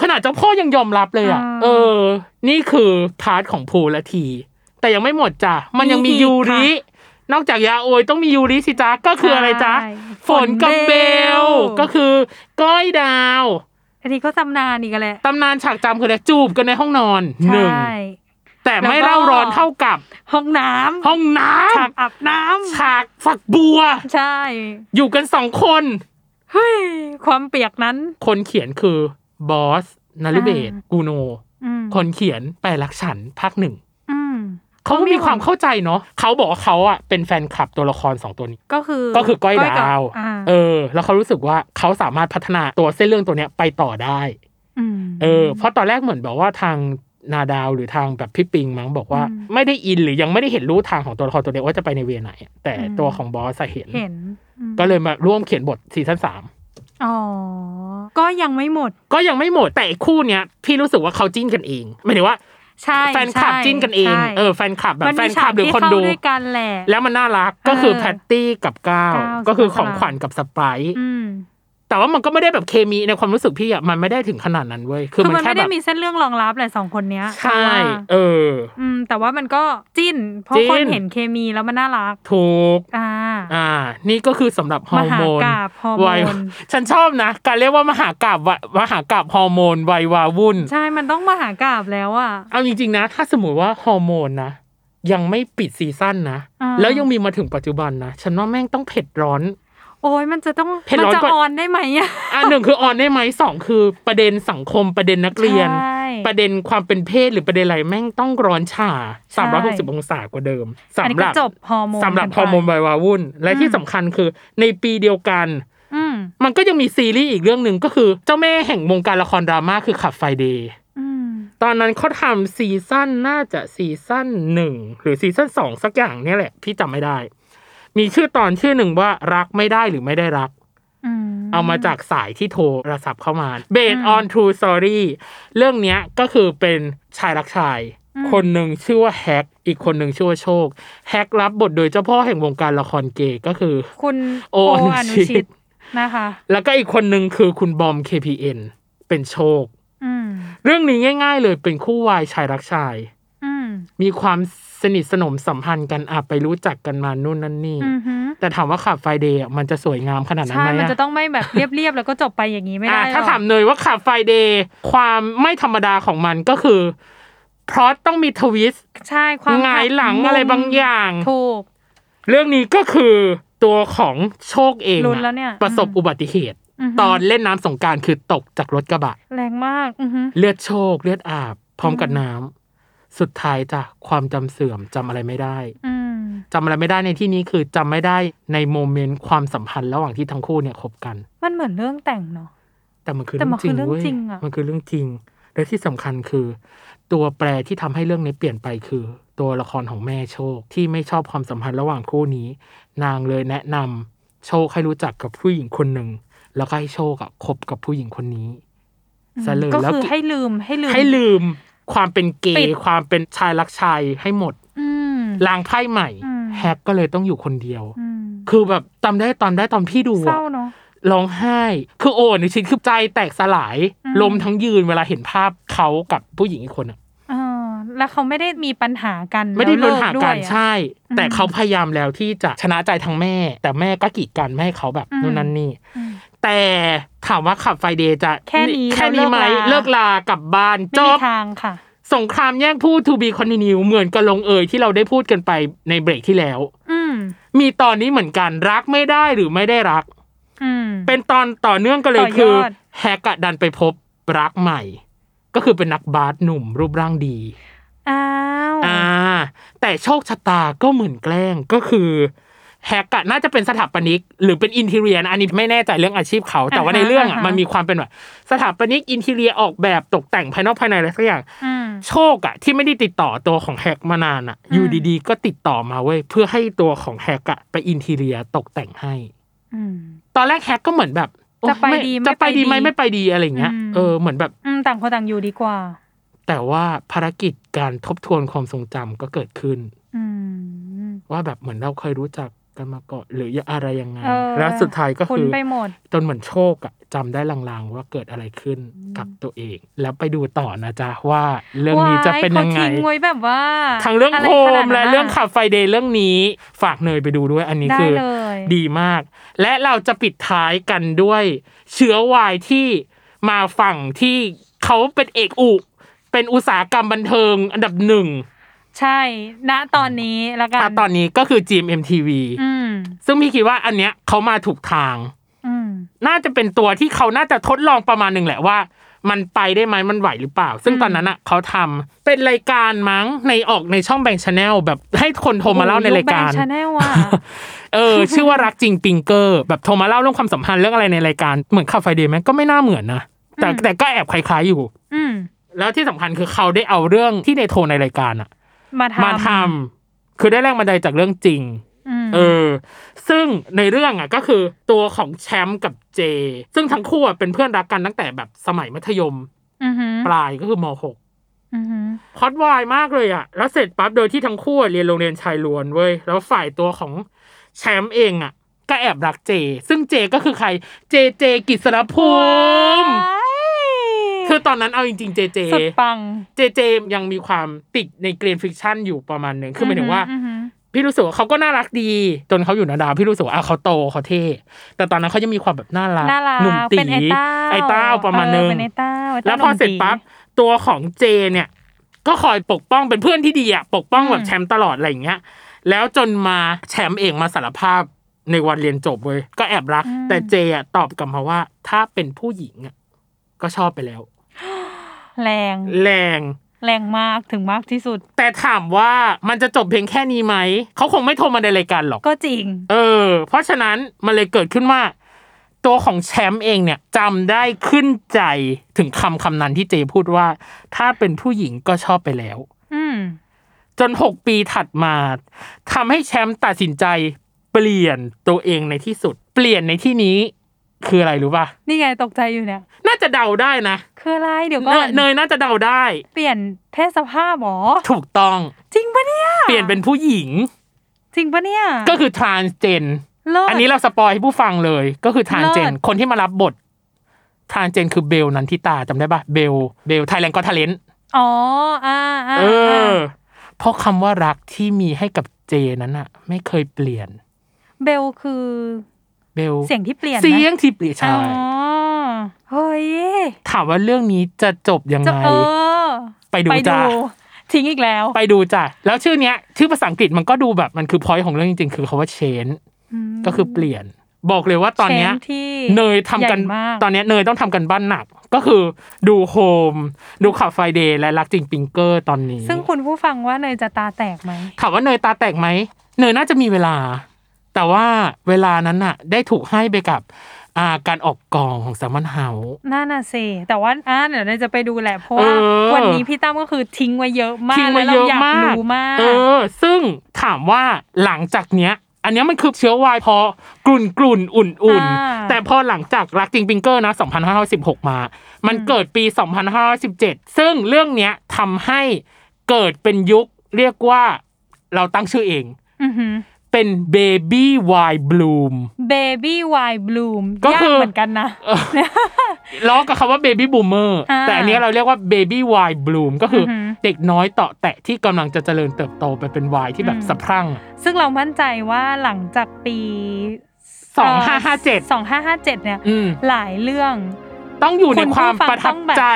[SPEAKER 1] ขนาดเจ้าพ่อยังยอมรับเลยอ่ะ
[SPEAKER 2] อ่า
[SPEAKER 1] เออ นี่คือพาร์ทของภูและที แต่ยังไม่หมดจ้ะ มันยังมี
[SPEAKER 2] มีอีก
[SPEAKER 1] ยูริ
[SPEAKER 2] ค่ะ
[SPEAKER 1] นอกจากยาโอยต้องมียูริสิจ้าก็คืออะไรจ้ะ
[SPEAKER 2] ใช่
[SPEAKER 1] ฝนกับเบล ก็คือก้อยดาว
[SPEAKER 2] อันนี้ก็ตำนานอีกแหละ
[SPEAKER 1] ตำนานฉากจำคืออะไรจูบกันในห้องนอนหนึ่ง
[SPEAKER 2] ใช่
[SPEAKER 1] แต่ไม่
[SPEAKER 2] แล้วก็
[SPEAKER 1] เล่าร้อนเท่ากับ
[SPEAKER 2] ห้องน้ำ
[SPEAKER 1] ห้องน้
[SPEAKER 2] ฉากอาบน้
[SPEAKER 1] ำฉากฝักบัว
[SPEAKER 2] ำใช่
[SPEAKER 1] อยู่กันสองคน
[SPEAKER 2] เฮ้ย ความเปียกนั้น
[SPEAKER 1] คนเขียนคือบอสนาริเบต
[SPEAKER 2] อ่า
[SPEAKER 1] กูโน
[SPEAKER 2] อืม
[SPEAKER 1] คนเขียนแปลรักฉันภาคหนึ่ง
[SPEAKER 2] อืม
[SPEAKER 1] เขา
[SPEAKER 2] เขามี
[SPEAKER 1] มีความเข้าใจเนาะเขาบอกว่าเขาอ่ะเป็นแฟนคลับตัวละครสองตัวนี้
[SPEAKER 2] ก็คือ
[SPEAKER 1] ก็คือก้อย
[SPEAKER 2] บ
[SPEAKER 1] ดาว
[SPEAKER 2] อ่า
[SPEAKER 1] เออ แล้วเขารู้สึกว่าเขาสามารถพัฒนาตัวเส้นเรื่องตัวเนี้ยไปต่อได้
[SPEAKER 2] ม
[SPEAKER 1] เออเพราะตอนแรกเหมือนแบบว่าทางนาดาวหรือทางแบบพี่ปิงมั้งบอกว่า
[SPEAKER 2] อืม
[SPEAKER 1] ไม่ได้อินหรือยังไม่ได้เห็นรู้ทางของตัวละครตัวเนี้ยว่าจะไปในเวไหน แต่
[SPEAKER 2] อืม
[SPEAKER 1] ตัวของบอสอะเห็น
[SPEAKER 2] เห็นอืม
[SPEAKER 1] ก็เลยมาร่วมเขียนบทซีซั่นสาม
[SPEAKER 2] อ๋อ ก็ยังไม่หมด
[SPEAKER 1] ก็ยังไม่หมดแต่คู่เนี้ยพี่รู้สึกว่าเขาจิ้นกันเองหมายถึงว่า
[SPEAKER 2] ใช่
[SPEAKER 1] แฟนคลับ
[SPEAKER 2] ใช่
[SPEAKER 1] จิ้นกันเอง
[SPEAKER 2] ใช่
[SPEAKER 1] เออแฟนคลับแบบ
[SPEAKER 2] มัน
[SPEAKER 1] แฟ
[SPEAKER 2] มี
[SPEAKER 1] นคลับหรือคนดู
[SPEAKER 2] ฉากที่เข้าด้วยกันแหละ
[SPEAKER 1] แล้วมันน่ารักก็คือแพตตี้กับก้าว
[SPEAKER 2] ก้าว
[SPEAKER 1] ก็คือ
[SPEAKER 2] สุ
[SPEAKER 1] ข
[SPEAKER 2] ภาพ
[SPEAKER 1] องขวัญกับสไปรท์
[SPEAKER 2] อืม
[SPEAKER 1] แต่ว่ามันก็ไม่ได้แบบเคมีในความรู้สึกพี่อ่ะมันไม่ได้ถึงขนาดนั้นเว้ยคื
[SPEAKER 2] คือ อ
[SPEAKER 1] มัน
[SPEAKER 2] มัน
[SPEAKER 1] แค่
[SPEAKER 2] ไม่
[SPEAKER 1] แบ
[SPEAKER 2] ได้
[SPEAKER 1] บ
[SPEAKER 2] มีเส้นเรื่องรองรับแหละสองคนเนี้ย
[SPEAKER 1] ใช่
[SPEAKER 2] ว่า
[SPEAKER 1] เออ
[SPEAKER 2] อืม แต่ว่ามันก็จิ้น เพราะ
[SPEAKER 1] จิ้น
[SPEAKER 2] คนเห็นเคมีแล้วมันน่ารัก
[SPEAKER 1] ถูก
[SPEAKER 2] อ่า
[SPEAKER 1] อ่า นี่ก็คือสำหรับฮอร์โมน
[SPEAKER 2] มหากาพย์ฮอร์โมน
[SPEAKER 1] วัยฉันชอบนะ การเรียกว่ามหากาบมหากาบฮอร์โมนวัยวาวุ่น
[SPEAKER 2] <laughs> ใช่มันต้องมาหากราบแล้วอ่ะ
[SPEAKER 1] เอาจริงๆนะ ถ้าสมมติว่าฮอร์โมนนะ ยังไม่ปิดซีซั่นนะ
[SPEAKER 2] อ่า
[SPEAKER 1] แล้วยังมีมาถึงปัจจุบันนะ ฉันว่าแม่งต้องเผ็ดร้อน
[SPEAKER 2] โอ้ยมันจะต้อง
[SPEAKER 1] เผ็ด
[SPEAKER 2] มั
[SPEAKER 1] ร้อน
[SPEAKER 2] จะ
[SPEAKER 1] ก่อน
[SPEAKER 2] ออนได้ไหมอ่ะ
[SPEAKER 1] อ่ะหนึ่งคือออนได้ไหมสองคือประเด็นสังคมประเด็นนักเรียน
[SPEAKER 2] ใช่
[SPEAKER 1] ประเด็นความเป็นเพศหรือประเด็นอะไรแม่งต้องร้อนฉ่า
[SPEAKER 2] ใช่
[SPEAKER 1] 360 องศากว่าเดิมสำ
[SPEAKER 2] อันนี้
[SPEAKER 1] ห
[SPEAKER 2] ก็
[SPEAKER 1] รับ
[SPEAKER 2] จบฮอร์โมน
[SPEAKER 1] สำหรับ
[SPEAKER 2] กันไป
[SPEAKER 1] ฮอร์โมนไบวาวุ่น และที่สำคัญคือในปีเดียวกัน
[SPEAKER 2] อืม
[SPEAKER 1] มันก็ยังมีซีรีส์อีกเรื่องหนึ่งก็คือ เจ้าแม่แห่งวงการละครดราม่าคือขับไฟเดย์
[SPEAKER 2] อืม
[SPEAKER 1] ตอนนั้นเขาทำซีซั่นน่าจะซีซั่นหนึ่งหรือซีซั่นสองสักอย่างเนี่ยแหละ พี่จำไม่ได้ มีชื่อตอนชื่อหนึ่งว่ารักไม่ได้หรือไม่ได้รัก
[SPEAKER 2] อืม
[SPEAKER 1] เอามาจากสายที่โทรศัพท์เข้ามา Based on True Story เรื่องเนี้ยก็คือเป็นชายรักชาย
[SPEAKER 2] อืม
[SPEAKER 1] คนหนึ่งชื่อว่าแฮกอีกคนหนึ่งชื่อว่าโชคแฮกรับบทโดยเจ้าพ่อแห่งวงการละครเกย์ก็คือ
[SPEAKER 2] คุณ
[SPEAKER 1] โออนุชิต
[SPEAKER 2] นะคะ
[SPEAKER 1] แล้วก็อีกคนหนึ่งคือคุณบอม KPN เป็นโชค
[SPEAKER 2] อืม
[SPEAKER 1] เรื่องนี้ง่าย ๆ เลยเป็นคู่วายชายรักชาย
[SPEAKER 2] อืม
[SPEAKER 1] มีความสนิทสนมสัมพันธ์กันอ่ะไปรู้จักกันมานู่นนั่นนี่
[SPEAKER 2] อือหือ
[SPEAKER 1] แต่ถามว่าขับไฟเดย์อ่ะมันจะสวยงามขนาดนั้น
[SPEAKER 2] ใช่
[SPEAKER 1] ไหม
[SPEAKER 2] มัน
[SPEAKER 1] อ่ะ
[SPEAKER 2] จะต้องไม่แบบเรียบๆแล้วก็จบไปอย่างนี้ไม่ได้
[SPEAKER 1] อ่ะถ้า
[SPEAKER 2] หรอก
[SPEAKER 1] ถามเนยว่าขับไฟเดย์ความไม่ธรรมดาของมันก็คือพราะต้องมีทวิสต์
[SPEAKER 2] ใช่ความ
[SPEAKER 1] หงายหลัง
[SPEAKER 2] มุม
[SPEAKER 1] อะไรบางอย่าง
[SPEAKER 2] ถูก
[SPEAKER 1] เรื่องนี้ก็คือตัวของโชคเอง
[SPEAKER 2] ลุ้น
[SPEAKER 1] อ่ะ
[SPEAKER 2] แล้วเนี่ย
[SPEAKER 1] ประสบ
[SPEAKER 2] อืม
[SPEAKER 1] อุบัติเหตุ
[SPEAKER 2] หื
[SPEAKER 1] ตอนเล่นน้ำสงกรารคือตกจากรถกระบะ
[SPEAKER 2] แรงมาก อือหือ
[SPEAKER 1] เลือดโชค เลือดอาบ พร้อมกับน้ำสุดท้ายจ้ะความจำเสื่อมจำอะไรไม่ได้
[SPEAKER 2] อืม
[SPEAKER 1] จำอะไรไม่ได้ในที่นี้คือจำไม่ได้ในโมเมนต์ความสัมพันธ์ระหว่างที่ทั้งคู่เนี่ยคบกัน
[SPEAKER 2] มันเหมือนเรื่องแต่งเนาะ
[SPEAKER 1] แต่มันคือ
[SPEAKER 2] แต่
[SPEAKER 1] เรื่อ
[SPEAKER 2] มัน
[SPEAKER 1] งจริง
[SPEAKER 2] คือเรื่อง
[SPEAKER 1] เว้ย
[SPEAKER 2] จริงอะ
[SPEAKER 1] มันคือเรื่องจริง และที่สำคัญคือ ตัวแปรที่ทำให้เรื่องนี้เปลี่ยนไปคือ ตัวละครของแม่โชค ที่ไม่ชอบความสัมพันธ์ระหว่างคู่นี้ นางเลยแนะนำโชคให้รู้จักกับผู้หญิงคนหนึ่งแล้วก็ให้โชคอะคบกับผู้หญิงคนนี้ซะเลย
[SPEAKER 2] ก็
[SPEAKER 1] แล้ว
[SPEAKER 2] คือให้ลืมให้ลืม
[SPEAKER 1] ให้ลืม ความเป็นเก
[SPEAKER 2] ปิด
[SPEAKER 1] ย์ความเป็นชายรักชายให้หมด
[SPEAKER 2] อืม
[SPEAKER 1] ล้างไพ่ใหม่
[SPEAKER 2] อืม
[SPEAKER 1] แฮกก็เลยต้องอยู่คนเดียว
[SPEAKER 2] อืม
[SPEAKER 1] คือแบบจำได้ตอนได้ตอนพี่ดู
[SPEAKER 2] เศ
[SPEAKER 1] อะ
[SPEAKER 2] ร้าเนาะ
[SPEAKER 1] ร้องไห้ คือโอนในชิ้นคือใจแตกสลาย
[SPEAKER 2] อืม
[SPEAKER 1] ลมทั้งยืนเวลาเห็นภาพเขากับผู้หญิงอีกคนอะ
[SPEAKER 2] เออแล้วเขาไม่ได้มีปัญหากัน
[SPEAKER 1] ไม่ได้ล
[SPEAKER 2] แล้วเลิ
[SPEAKER 1] นหากัน
[SPEAKER 2] ด้วยอะ
[SPEAKER 1] ใช่
[SPEAKER 2] อืม
[SPEAKER 1] แต่เขาพยายามแล้วที่จะชนะใจทั้งแม่ แต่แม่ก็กีดกันไม่ให้เขาแบบ
[SPEAKER 2] อืม
[SPEAKER 1] นู่นนั่นนี่
[SPEAKER 2] อืม
[SPEAKER 1] แต่ถามว่าขับไฟเดย์จะ
[SPEAKER 2] แค่นี้
[SPEAKER 1] แค่นี้ไหม
[SPEAKER 2] แล้วเลิกลา
[SPEAKER 1] เลิกลากลับบ้านจ
[SPEAKER 2] ไม่มี
[SPEAKER 1] บ
[SPEAKER 2] ทางค่ะ
[SPEAKER 1] สงครามแย่งผู้ to be continue เหมือนกับลงเอยที่เราได้พูดกันไปในเบรกที่แล้ว
[SPEAKER 2] อืม
[SPEAKER 1] มีตอนนี้เหมือนกันรักไม่ได้หรือไม่ได้รัก
[SPEAKER 2] อืม
[SPEAKER 1] เป็นตอนต่อเนื่องกันเล
[SPEAKER 2] ต่
[SPEAKER 1] ย
[SPEAKER 2] อยอด
[SPEAKER 1] คือแฮกอะดันไปพบรักใหม่ ก็คือเป็นนักบาสหนุ่มรูปร่างดี
[SPEAKER 2] อ้าว
[SPEAKER 1] อ่าแต่โชคชะตาก็เหมือนแกล้งก็คือแฮกอะน่าจะเป็นสถาปนิก หรือเป็นอินเทเรียนะอันนี้ไม่แน่ใจเรื่องอาชีพเขา แต่ว่าในเรื่องอะมันมีความเป็นแบบสถาปนิกอินเทเรียออกแบบตกแต่งภายนอกภายในอะไรสักอย่าง
[SPEAKER 2] อืม
[SPEAKER 1] โชคอะที่ไม่ได้ติดต่อตัวของแฮกมานานอะอยู่ดีๆ ก็ติดต่อมาเว้ยเพื่อให้ตัวของแฮกอะไปอินเทเรียตกแต่งให้
[SPEAKER 2] อืม
[SPEAKER 1] ตอนแรกแฮกก็เหมือนแบบโอ๊ย
[SPEAKER 2] จะไปดี
[SPEAKER 1] จะไปดีไหม
[SPEAKER 2] ไม่
[SPEAKER 1] ไม่
[SPEAKER 2] ไป
[SPEAKER 1] ไปดี
[SPEAKER 2] ดี
[SPEAKER 1] อะไรอย่างเงี้ย
[SPEAKER 2] อืม
[SPEAKER 1] เออเหมือนแบบ
[SPEAKER 2] อืมต่างคนต่างอยู่ดีกว่า
[SPEAKER 1] แต่ว่าภารกิจการทบทวนความทรงจำก็เกิดขึ้น
[SPEAKER 2] อืม
[SPEAKER 1] ว่าแบบเหมือนเราเคยรู้จักกันมาก่อนหรืออะไรยังไง
[SPEAKER 2] เออ
[SPEAKER 1] แล้วสุดท้ายก็
[SPEAKER 2] คุ
[SPEAKER 1] คื
[SPEAKER 2] ณ
[SPEAKER 1] อ
[SPEAKER 2] ไปหมด
[SPEAKER 1] จนเหมือนโชคอะจำได้ลางๆว่าเกิดอะไรขึ้นกับตัวเอง แล้วไปดูต่อนะจ๊ะว่าเรื่องนี้จะเป็นยังไง
[SPEAKER 2] ว้าขาทิ้งไว้แบบว่า
[SPEAKER 1] ทั้งเรื่อง
[SPEAKER 2] ะไ
[SPEAKER 1] โค
[SPEAKER 2] ขนาด
[SPEAKER 1] มและ
[SPEAKER 2] นั้น
[SPEAKER 1] เรื่อง
[SPEAKER 2] น่ะ
[SPEAKER 1] ขับไฟเดย์เรื่องนี้ฝากเนยไปดูด้วยอันนี้
[SPEAKER 2] ได้
[SPEAKER 1] คือ
[SPEAKER 2] เลย
[SPEAKER 1] ดีมาก และเราจะปิดท้ายกันด้วย เชื้อวายที่มาฝั่งที่เขาเป็นเอกอุ เป็นอุตสาหกรรมบันเทิงอันดับหนึ่ง
[SPEAKER 2] ใช่ ณ ตอนนี้ละกั
[SPEAKER 1] อ่ะ
[SPEAKER 2] น
[SPEAKER 1] ตอนนี้ก็คือ GMMTV
[SPEAKER 2] อืม
[SPEAKER 1] ซึ่งพี่คิดว่าอันเนี้ยเขามาถูกทาง
[SPEAKER 2] อืม
[SPEAKER 1] น่าจะเป็นตัวที่เขาน่าจะทดลองประมาณหนึ่งแหละว่า มันไปได้ไหมมันไหวหรือเปล่า ซึ่งตอนนั้นอ่ะเขาทำเป็นรายการมั้งในออกในช่องแบงค์ชาแนลแบบให้คนโทรมาเล่าในรายการ
[SPEAKER 2] ชาแนล
[SPEAKER 1] <laughs>
[SPEAKER 2] อ่ะ
[SPEAKER 1] เออ ชื่อว่ารักจริงปิงเกอร์ แบบโทรมาเล่าเรื่องความสัมพันธ์เรื่องอะไรในรายการเหมือนคาไฟเดย์ไหมก็ไม่น่าเหมือนนะ แต่
[SPEAKER 2] อืม
[SPEAKER 1] แต่ก็แอบคล้ายๆอยู่
[SPEAKER 2] อืม
[SPEAKER 1] แล้วที่สำคัญคือเขาได้เอาเรื่องที่ในโทรในรายการอะ
[SPEAKER 2] มาทำ
[SPEAKER 1] มาทำคือได้แรงบันดาลใจจากเรื่องจริง
[SPEAKER 2] ม
[SPEAKER 1] เออ ซึ่งในเรื่องอ่ะก็คือตัวของแชมป์กับเจ ซึ่งทั้งคู่อะเป็นเพื่อนรักกันตั้งแต่แบบสมัยมัธยม
[SPEAKER 2] อือหือ
[SPEAKER 1] ปลายก็คือม .6
[SPEAKER 2] อือหือ
[SPEAKER 1] ฮอตวายมากเลยอะแล้วเสร็จปั๊บโดยที่ทั้งคู่อะเรียนโรงเรียนชายล้วนเว้ย แล้วฝ่ายตัวของแชมป์เองอะก็แอบรักเจ ซึ่งเจก็คือใคร เจเจกิษรภูมิ คือตอนนั้นเอาจริงๆ เจเจ
[SPEAKER 2] สุดปัง
[SPEAKER 1] เจเจยังมีความติดในเกรียนฟิกชั่นอยู่ประมาณหนึ่ง คือหมายถึงว่า
[SPEAKER 2] อหือ
[SPEAKER 1] พี่รู้สึกว่าเขาก็น่ารักดี จนเขาอยู่นาดาวพี่รู้สึกว่าอ่ะเขาโตเขาเท่ แต่ตอนนั้นเขายังมีความแบบน่ารัก
[SPEAKER 2] น่ารัก
[SPEAKER 1] หนุ่มตี
[SPEAKER 2] เป็นไอ้เต้า
[SPEAKER 1] ไอ้เต้าประมาณนึง
[SPEAKER 2] เออเป็นไอ้เต้าไอ้เต้า
[SPEAKER 1] แล้วพอเสร็จปั๊บตัวของเจเนี่ย ก็คอยปกป้องเป็นเพื่อนที่ดีอะปกป้องแบบแชมป์ตลอดอะไรอย่างเงี้ย แล้วจนมาแชมป์เองมาสารภาพในวันเรียนจบเว้ยก็แอบรัก
[SPEAKER 2] อืม
[SPEAKER 1] แต่เจอะตอบกลับมาว่า ถ้าเป็นผู้หญิงอะก็ชอบไปแล้ว
[SPEAKER 2] แรง
[SPEAKER 1] แรง
[SPEAKER 2] แรงมากถึงมากที่สุด
[SPEAKER 1] แต่ถามว่ามันจะจบเพียงแค่นี้ไหม เขาคงไม่โทรมาในรายการหรอก
[SPEAKER 2] ก็จริง
[SPEAKER 1] เออ เพราะฉะนั้นมันเลยเกิดขึ้นว่า ตัวของแชมป์เองเนี่ยจำได้ขึ้นใจถึงคำคำนั้นที่เจพูดว่า ถ้าเป็นผู้หญิงก็ชอบไปแล้ว
[SPEAKER 2] อืม
[SPEAKER 1] จน 6 ปีถัดมาทำให้แชมป์ตัดสินใจเปลี่ยนตัวเองในที่สุด เปลี่ยนในที่นี้คืออะไรรู้ป่ะ
[SPEAKER 2] นี่ไงตกใจอยู่เนี่ย
[SPEAKER 1] น่าจะเดาได้นะ
[SPEAKER 2] คืออะไรเดี๋ยวก่อน
[SPEAKER 1] เนยน่าจะเดาได้
[SPEAKER 2] เปลี่ยนเพศสภาพหรอ
[SPEAKER 1] ถูกต้อง
[SPEAKER 2] จริงปะเนี่ย
[SPEAKER 1] เปลี่ยนเป็นผู้หญิง
[SPEAKER 2] จริงปะเนี่ย
[SPEAKER 1] ก็คือ transgen
[SPEAKER 2] เลิศ
[SPEAKER 1] อันนี้เราสปอยให้ผู้ฟังเลยก็คือทานเจน
[SPEAKER 2] เลิศ
[SPEAKER 1] คนที่มารับบททานเจนคือเบลนันทิตาจำได้ปะเบลเบลไทยแลนด์ก็ทาเลน
[SPEAKER 2] อ๋ออ่าอ่า
[SPEAKER 1] เอ
[SPEAKER 2] อ่า
[SPEAKER 1] อ เพราะคำว่ารักที่มีให้กับเจนั้นอะไม่เคยเปลี่ยน
[SPEAKER 2] เบลคือ
[SPEAKER 1] เบล
[SPEAKER 2] เสียงที่เปลี่ยนไหม
[SPEAKER 1] เสียงที่เปลี่ยน
[SPEAKER 2] อ๋
[SPEAKER 1] ใช่
[SPEAKER 2] อเฮ้ย
[SPEAKER 1] ถามว่าเรื่องนี้จะจบยัง
[SPEAKER 2] จะ
[SPEAKER 1] ไง
[SPEAKER 2] เออ
[SPEAKER 1] ไปดูจ้า
[SPEAKER 2] ทิ้งอีกแล้ว
[SPEAKER 1] ไปดูจ้ะ แล้วชื่อเนี้ย ชื่อภาษาอังกฤษมันก็ดูแบบมันคือพอยต์ของเรื่องจริงๆ คือคาว่า change ก็คือเปลี่ยน บอกเลยว่าตอนเนี้ย
[SPEAKER 2] change ที่
[SPEAKER 1] เนยทำกัน
[SPEAKER 2] ใหญ่มาก
[SPEAKER 1] ตอนเนี้ยเนยต้องทำกันบ้านหนัก ก็คือดูโฮม ดูขับไฟเดย์และรักจริงปิงเกอร์ตอนนี้
[SPEAKER 2] ซึ่งคุณผู้ฟังว่าเนยจะตาแตกไหม
[SPEAKER 1] ถามว่าเนยตาแตกไหม เนยน่าจะมีเวลา แต่ว่าเวลานั้นน่ะ ได้ถูกให้ไปกับอ่าการออกกองของแซมมอนเฮา
[SPEAKER 2] น่าน่ะสิแต่ว่าอ่าเดี๋ยวเราจะไปดูแหละ เพราะว่า
[SPEAKER 1] เออ
[SPEAKER 2] วันนี้พี่ตั้มก็คือทิ้งไว้เยอะมาก
[SPEAKER 1] ทิ้งไว้
[SPEAKER 2] แล้วเรา
[SPEAKER 1] เยอะ
[SPEAKER 2] อยาก
[SPEAKER 1] มาก
[SPEAKER 2] รู้มาก
[SPEAKER 1] เออ ซึ่งถามว่าหลังจากเนี้ย อันเนี้ยมันคือเชื้อวายพอกลุ่นกลุ่นๆอุ่นอุ่น
[SPEAKER 2] อ่า
[SPEAKER 1] แต่พอหลังจากรักจริงปิงเกอร์นะ 2516 มา มันเกิดปี 2517 ซึ่งเรื่องเนี้ยทำให้เกิดเป็นยุคเรียกว่าเราตั้งชื่อเอง
[SPEAKER 2] อหือ
[SPEAKER 1] เป็นเบบี้วายบลูม
[SPEAKER 2] Baby Why Bloom
[SPEAKER 1] ก็
[SPEAKER 2] ยา
[SPEAKER 1] คื
[SPEAKER 2] ก
[SPEAKER 1] อ
[SPEAKER 2] เหมือนกันนะ
[SPEAKER 1] ล้อกับคำว่าเบบี้บูมเมอร์
[SPEAKER 2] อ่า
[SPEAKER 1] แต่อันเนี้ยเราเรียกว่าเบบี้วายบลูมก็คืออ
[SPEAKER 2] อหือ
[SPEAKER 1] เด็กน้อยเตาะแตะที่กำลังจะเจริญเติบโตไปเป็นวายที่แบบสะพรั่ง
[SPEAKER 2] ซึ่งเรามั่นใจว่าหลังจากปี
[SPEAKER 1] สองห้าห้าเจ็ด
[SPEAKER 2] สองห้าห้าเจ็ดเนี่ย
[SPEAKER 1] อืม
[SPEAKER 2] หลายเรื่อง
[SPEAKER 1] ต้องอยู่ในความ
[SPEAKER 2] คุณผู้ฟัง
[SPEAKER 1] ประทับ
[SPEAKER 2] ต้องแบบ
[SPEAKER 1] ใจ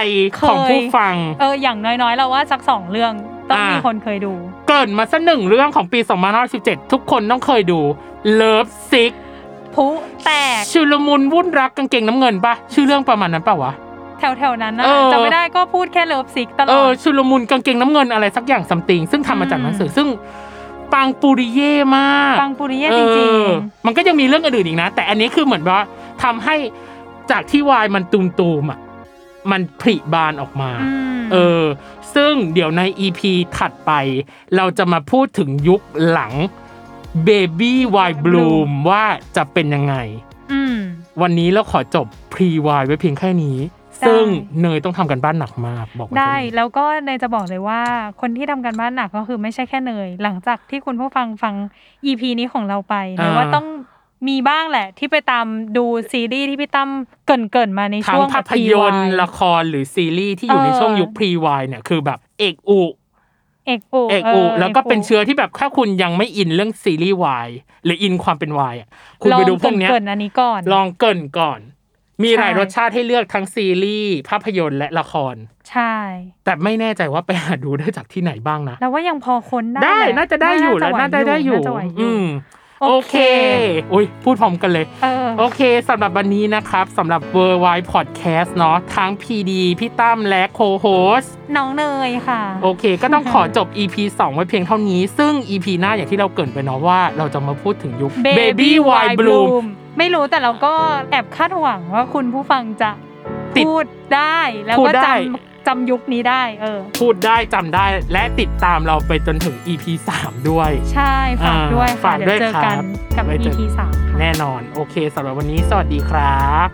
[SPEAKER 1] ของ
[SPEAKER 2] เคย
[SPEAKER 1] ผู้ฟัง
[SPEAKER 2] เอออย่างน้อยๆ เราว่าสักสองเรื่องต้อง
[SPEAKER 1] อ่ามี
[SPEAKER 2] มีคนเคยดู
[SPEAKER 1] เกรินมาสักหนึ่งเรื่องของปี2517 ทุกคนต้องเคยดู Love Sick
[SPEAKER 2] พุแตก
[SPEAKER 1] ชุลมุนวุ่นรักกางเกงน้ำเงินปะชื่อเรื่องประมาณนั้นปะวะ
[SPEAKER 2] แถวๆนั้นนะ
[SPEAKER 1] เออ
[SPEAKER 2] จำไม่ได้ก็พูดแค่เลิฟซิกตล
[SPEAKER 1] เอ
[SPEAKER 2] อ
[SPEAKER 1] อ
[SPEAKER 2] ด
[SPEAKER 1] ชุลมุนกางเกงน้ำเงินอะไรสักอย่างซัมติงซึ่งทำมาจาก
[SPEAKER 2] อืม
[SPEAKER 1] หนังสือซึ่งปังปูริเย่มาก
[SPEAKER 2] ปังปุริเย่
[SPEAKER 1] เอ
[SPEAKER 2] จริง
[SPEAKER 1] อมันก็ยังมีเรื่องอื่นๆอีกนะ แต่อันนี้คือเหมือนว่าทำให้จากที่วายมันตูมๆอ่ะมันผลิบานออกมา
[SPEAKER 2] ๆอืม
[SPEAKER 1] เออ ซึ่งเดี๋ยวใน EP ถัดไป เราจะมาพูดถึงยุคหลัง Baby Y Bloom ว่าจะเป็นยังไง
[SPEAKER 2] ม
[SPEAKER 1] วันนี้เราขอจบ Pre Y ไว้เพียงแค่นี้
[SPEAKER 2] ได้
[SPEAKER 1] ซึ่งเนยต้องทำกันบ้านหนักมาก บอกว้
[SPEAKER 2] ได้
[SPEAKER 1] เท่านี้
[SPEAKER 2] แล้วก็เนยจะบอกเลยว่าคนที่ทำกันบ้านหนักก็คือไม่ใช่แค่เนย หลังจากที่คุณผู้ฟังฟัง EP นี้ของเราไปเนยว่าต้องมีบ้างแหละ ที่ไปตามดูซีรีส์ที่พี่ตั้มเกรินเกินๆมาใน
[SPEAKER 1] ทั้
[SPEAKER 2] ช่
[SPEAKER 1] ง
[SPEAKER 2] วง
[SPEAKER 1] ภาพยนตร์
[SPEAKER 2] PY
[SPEAKER 1] ละครหรือซีรีส์ที่อยู่ใน
[SPEAKER 2] เออ
[SPEAKER 1] ช่วงยุค Pre Y เนี่ยคือแบบเอกอุ
[SPEAKER 2] เอกอุ
[SPEAKER 1] เอกอุแล้วก็เป็น
[SPEAKER 2] อ
[SPEAKER 1] เชื้อที่แบบถ้าคุณยังไม่อินเรื่องซีรีส์วายหรืออินความเป็นวายอ่ะคุณไปดูพวกเนี้ย
[SPEAKER 2] เกรินๆอันนี้ก่อน
[SPEAKER 1] ลองเกรินก่อน มี
[SPEAKER 2] ใช่
[SPEAKER 1] หลายรสชาติให้เลือกทั้งซีรีส์ภาพยนตร์และละคร
[SPEAKER 2] ใช่
[SPEAKER 1] แต่ไม่แน่ใจว่าไปหาดูได้จากที่ไหนบ้างนะ
[SPEAKER 2] แล้วว่ายังพอค้นได้
[SPEAKER 1] ได้
[SPEAKER 2] แหล
[SPEAKER 1] น่าจะได้อยู่แล้วน่าจะได้อยู่
[SPEAKER 2] น่าจะไหวอ
[SPEAKER 1] อื
[SPEAKER 2] ยู่
[SPEAKER 1] ม
[SPEAKER 2] โอ
[SPEAKER 1] โอ
[SPEAKER 2] เค
[SPEAKER 1] เค อุ้ยพูดพร้อมกันเลย
[SPEAKER 2] เออ
[SPEAKER 1] โอเคสำหรับวันนี้นะครับสำหรับ w o r l d w i d e Podcast เนาะทั้ง PD พี่ตั้มและโคโฮส
[SPEAKER 2] น้องเนยค่ะ
[SPEAKER 1] โอเค ก็ต้องขอจบ EP 2 ไว้เพียงเท่านี้ ซึ่ง EP หน้าอย่างที่เราเกรินไปเนาะว่า เราจะมาพูดถึงยุค Baby Why Bloom
[SPEAKER 2] ไม่รู้แต่เราก็แอบคาดหวังว่าคุณผู้ฟังจะ
[SPEAKER 1] ติด
[SPEAKER 2] พูดได้แล้ว
[SPEAKER 1] พู
[SPEAKER 2] ก็
[SPEAKER 1] ดได้
[SPEAKER 2] จำจำยุคนี้ได้ เออ
[SPEAKER 1] พูดได้จำได้และติดตามเราไปจนถึง EP 3 ด้วย
[SPEAKER 2] ใช่ฝากด้วย
[SPEAKER 1] ฝา
[SPEAKER 2] ค่ะ
[SPEAKER 1] ก
[SPEAKER 2] เดี๋ยวเจอ
[SPEAKER 1] ด้วยครับ
[SPEAKER 2] กันกับ
[SPEAKER 1] ไว้เจอ
[SPEAKER 2] EP สามค่ะ
[SPEAKER 1] แน่นอน โอเคสำหรับวันนี้สวัสดีครับ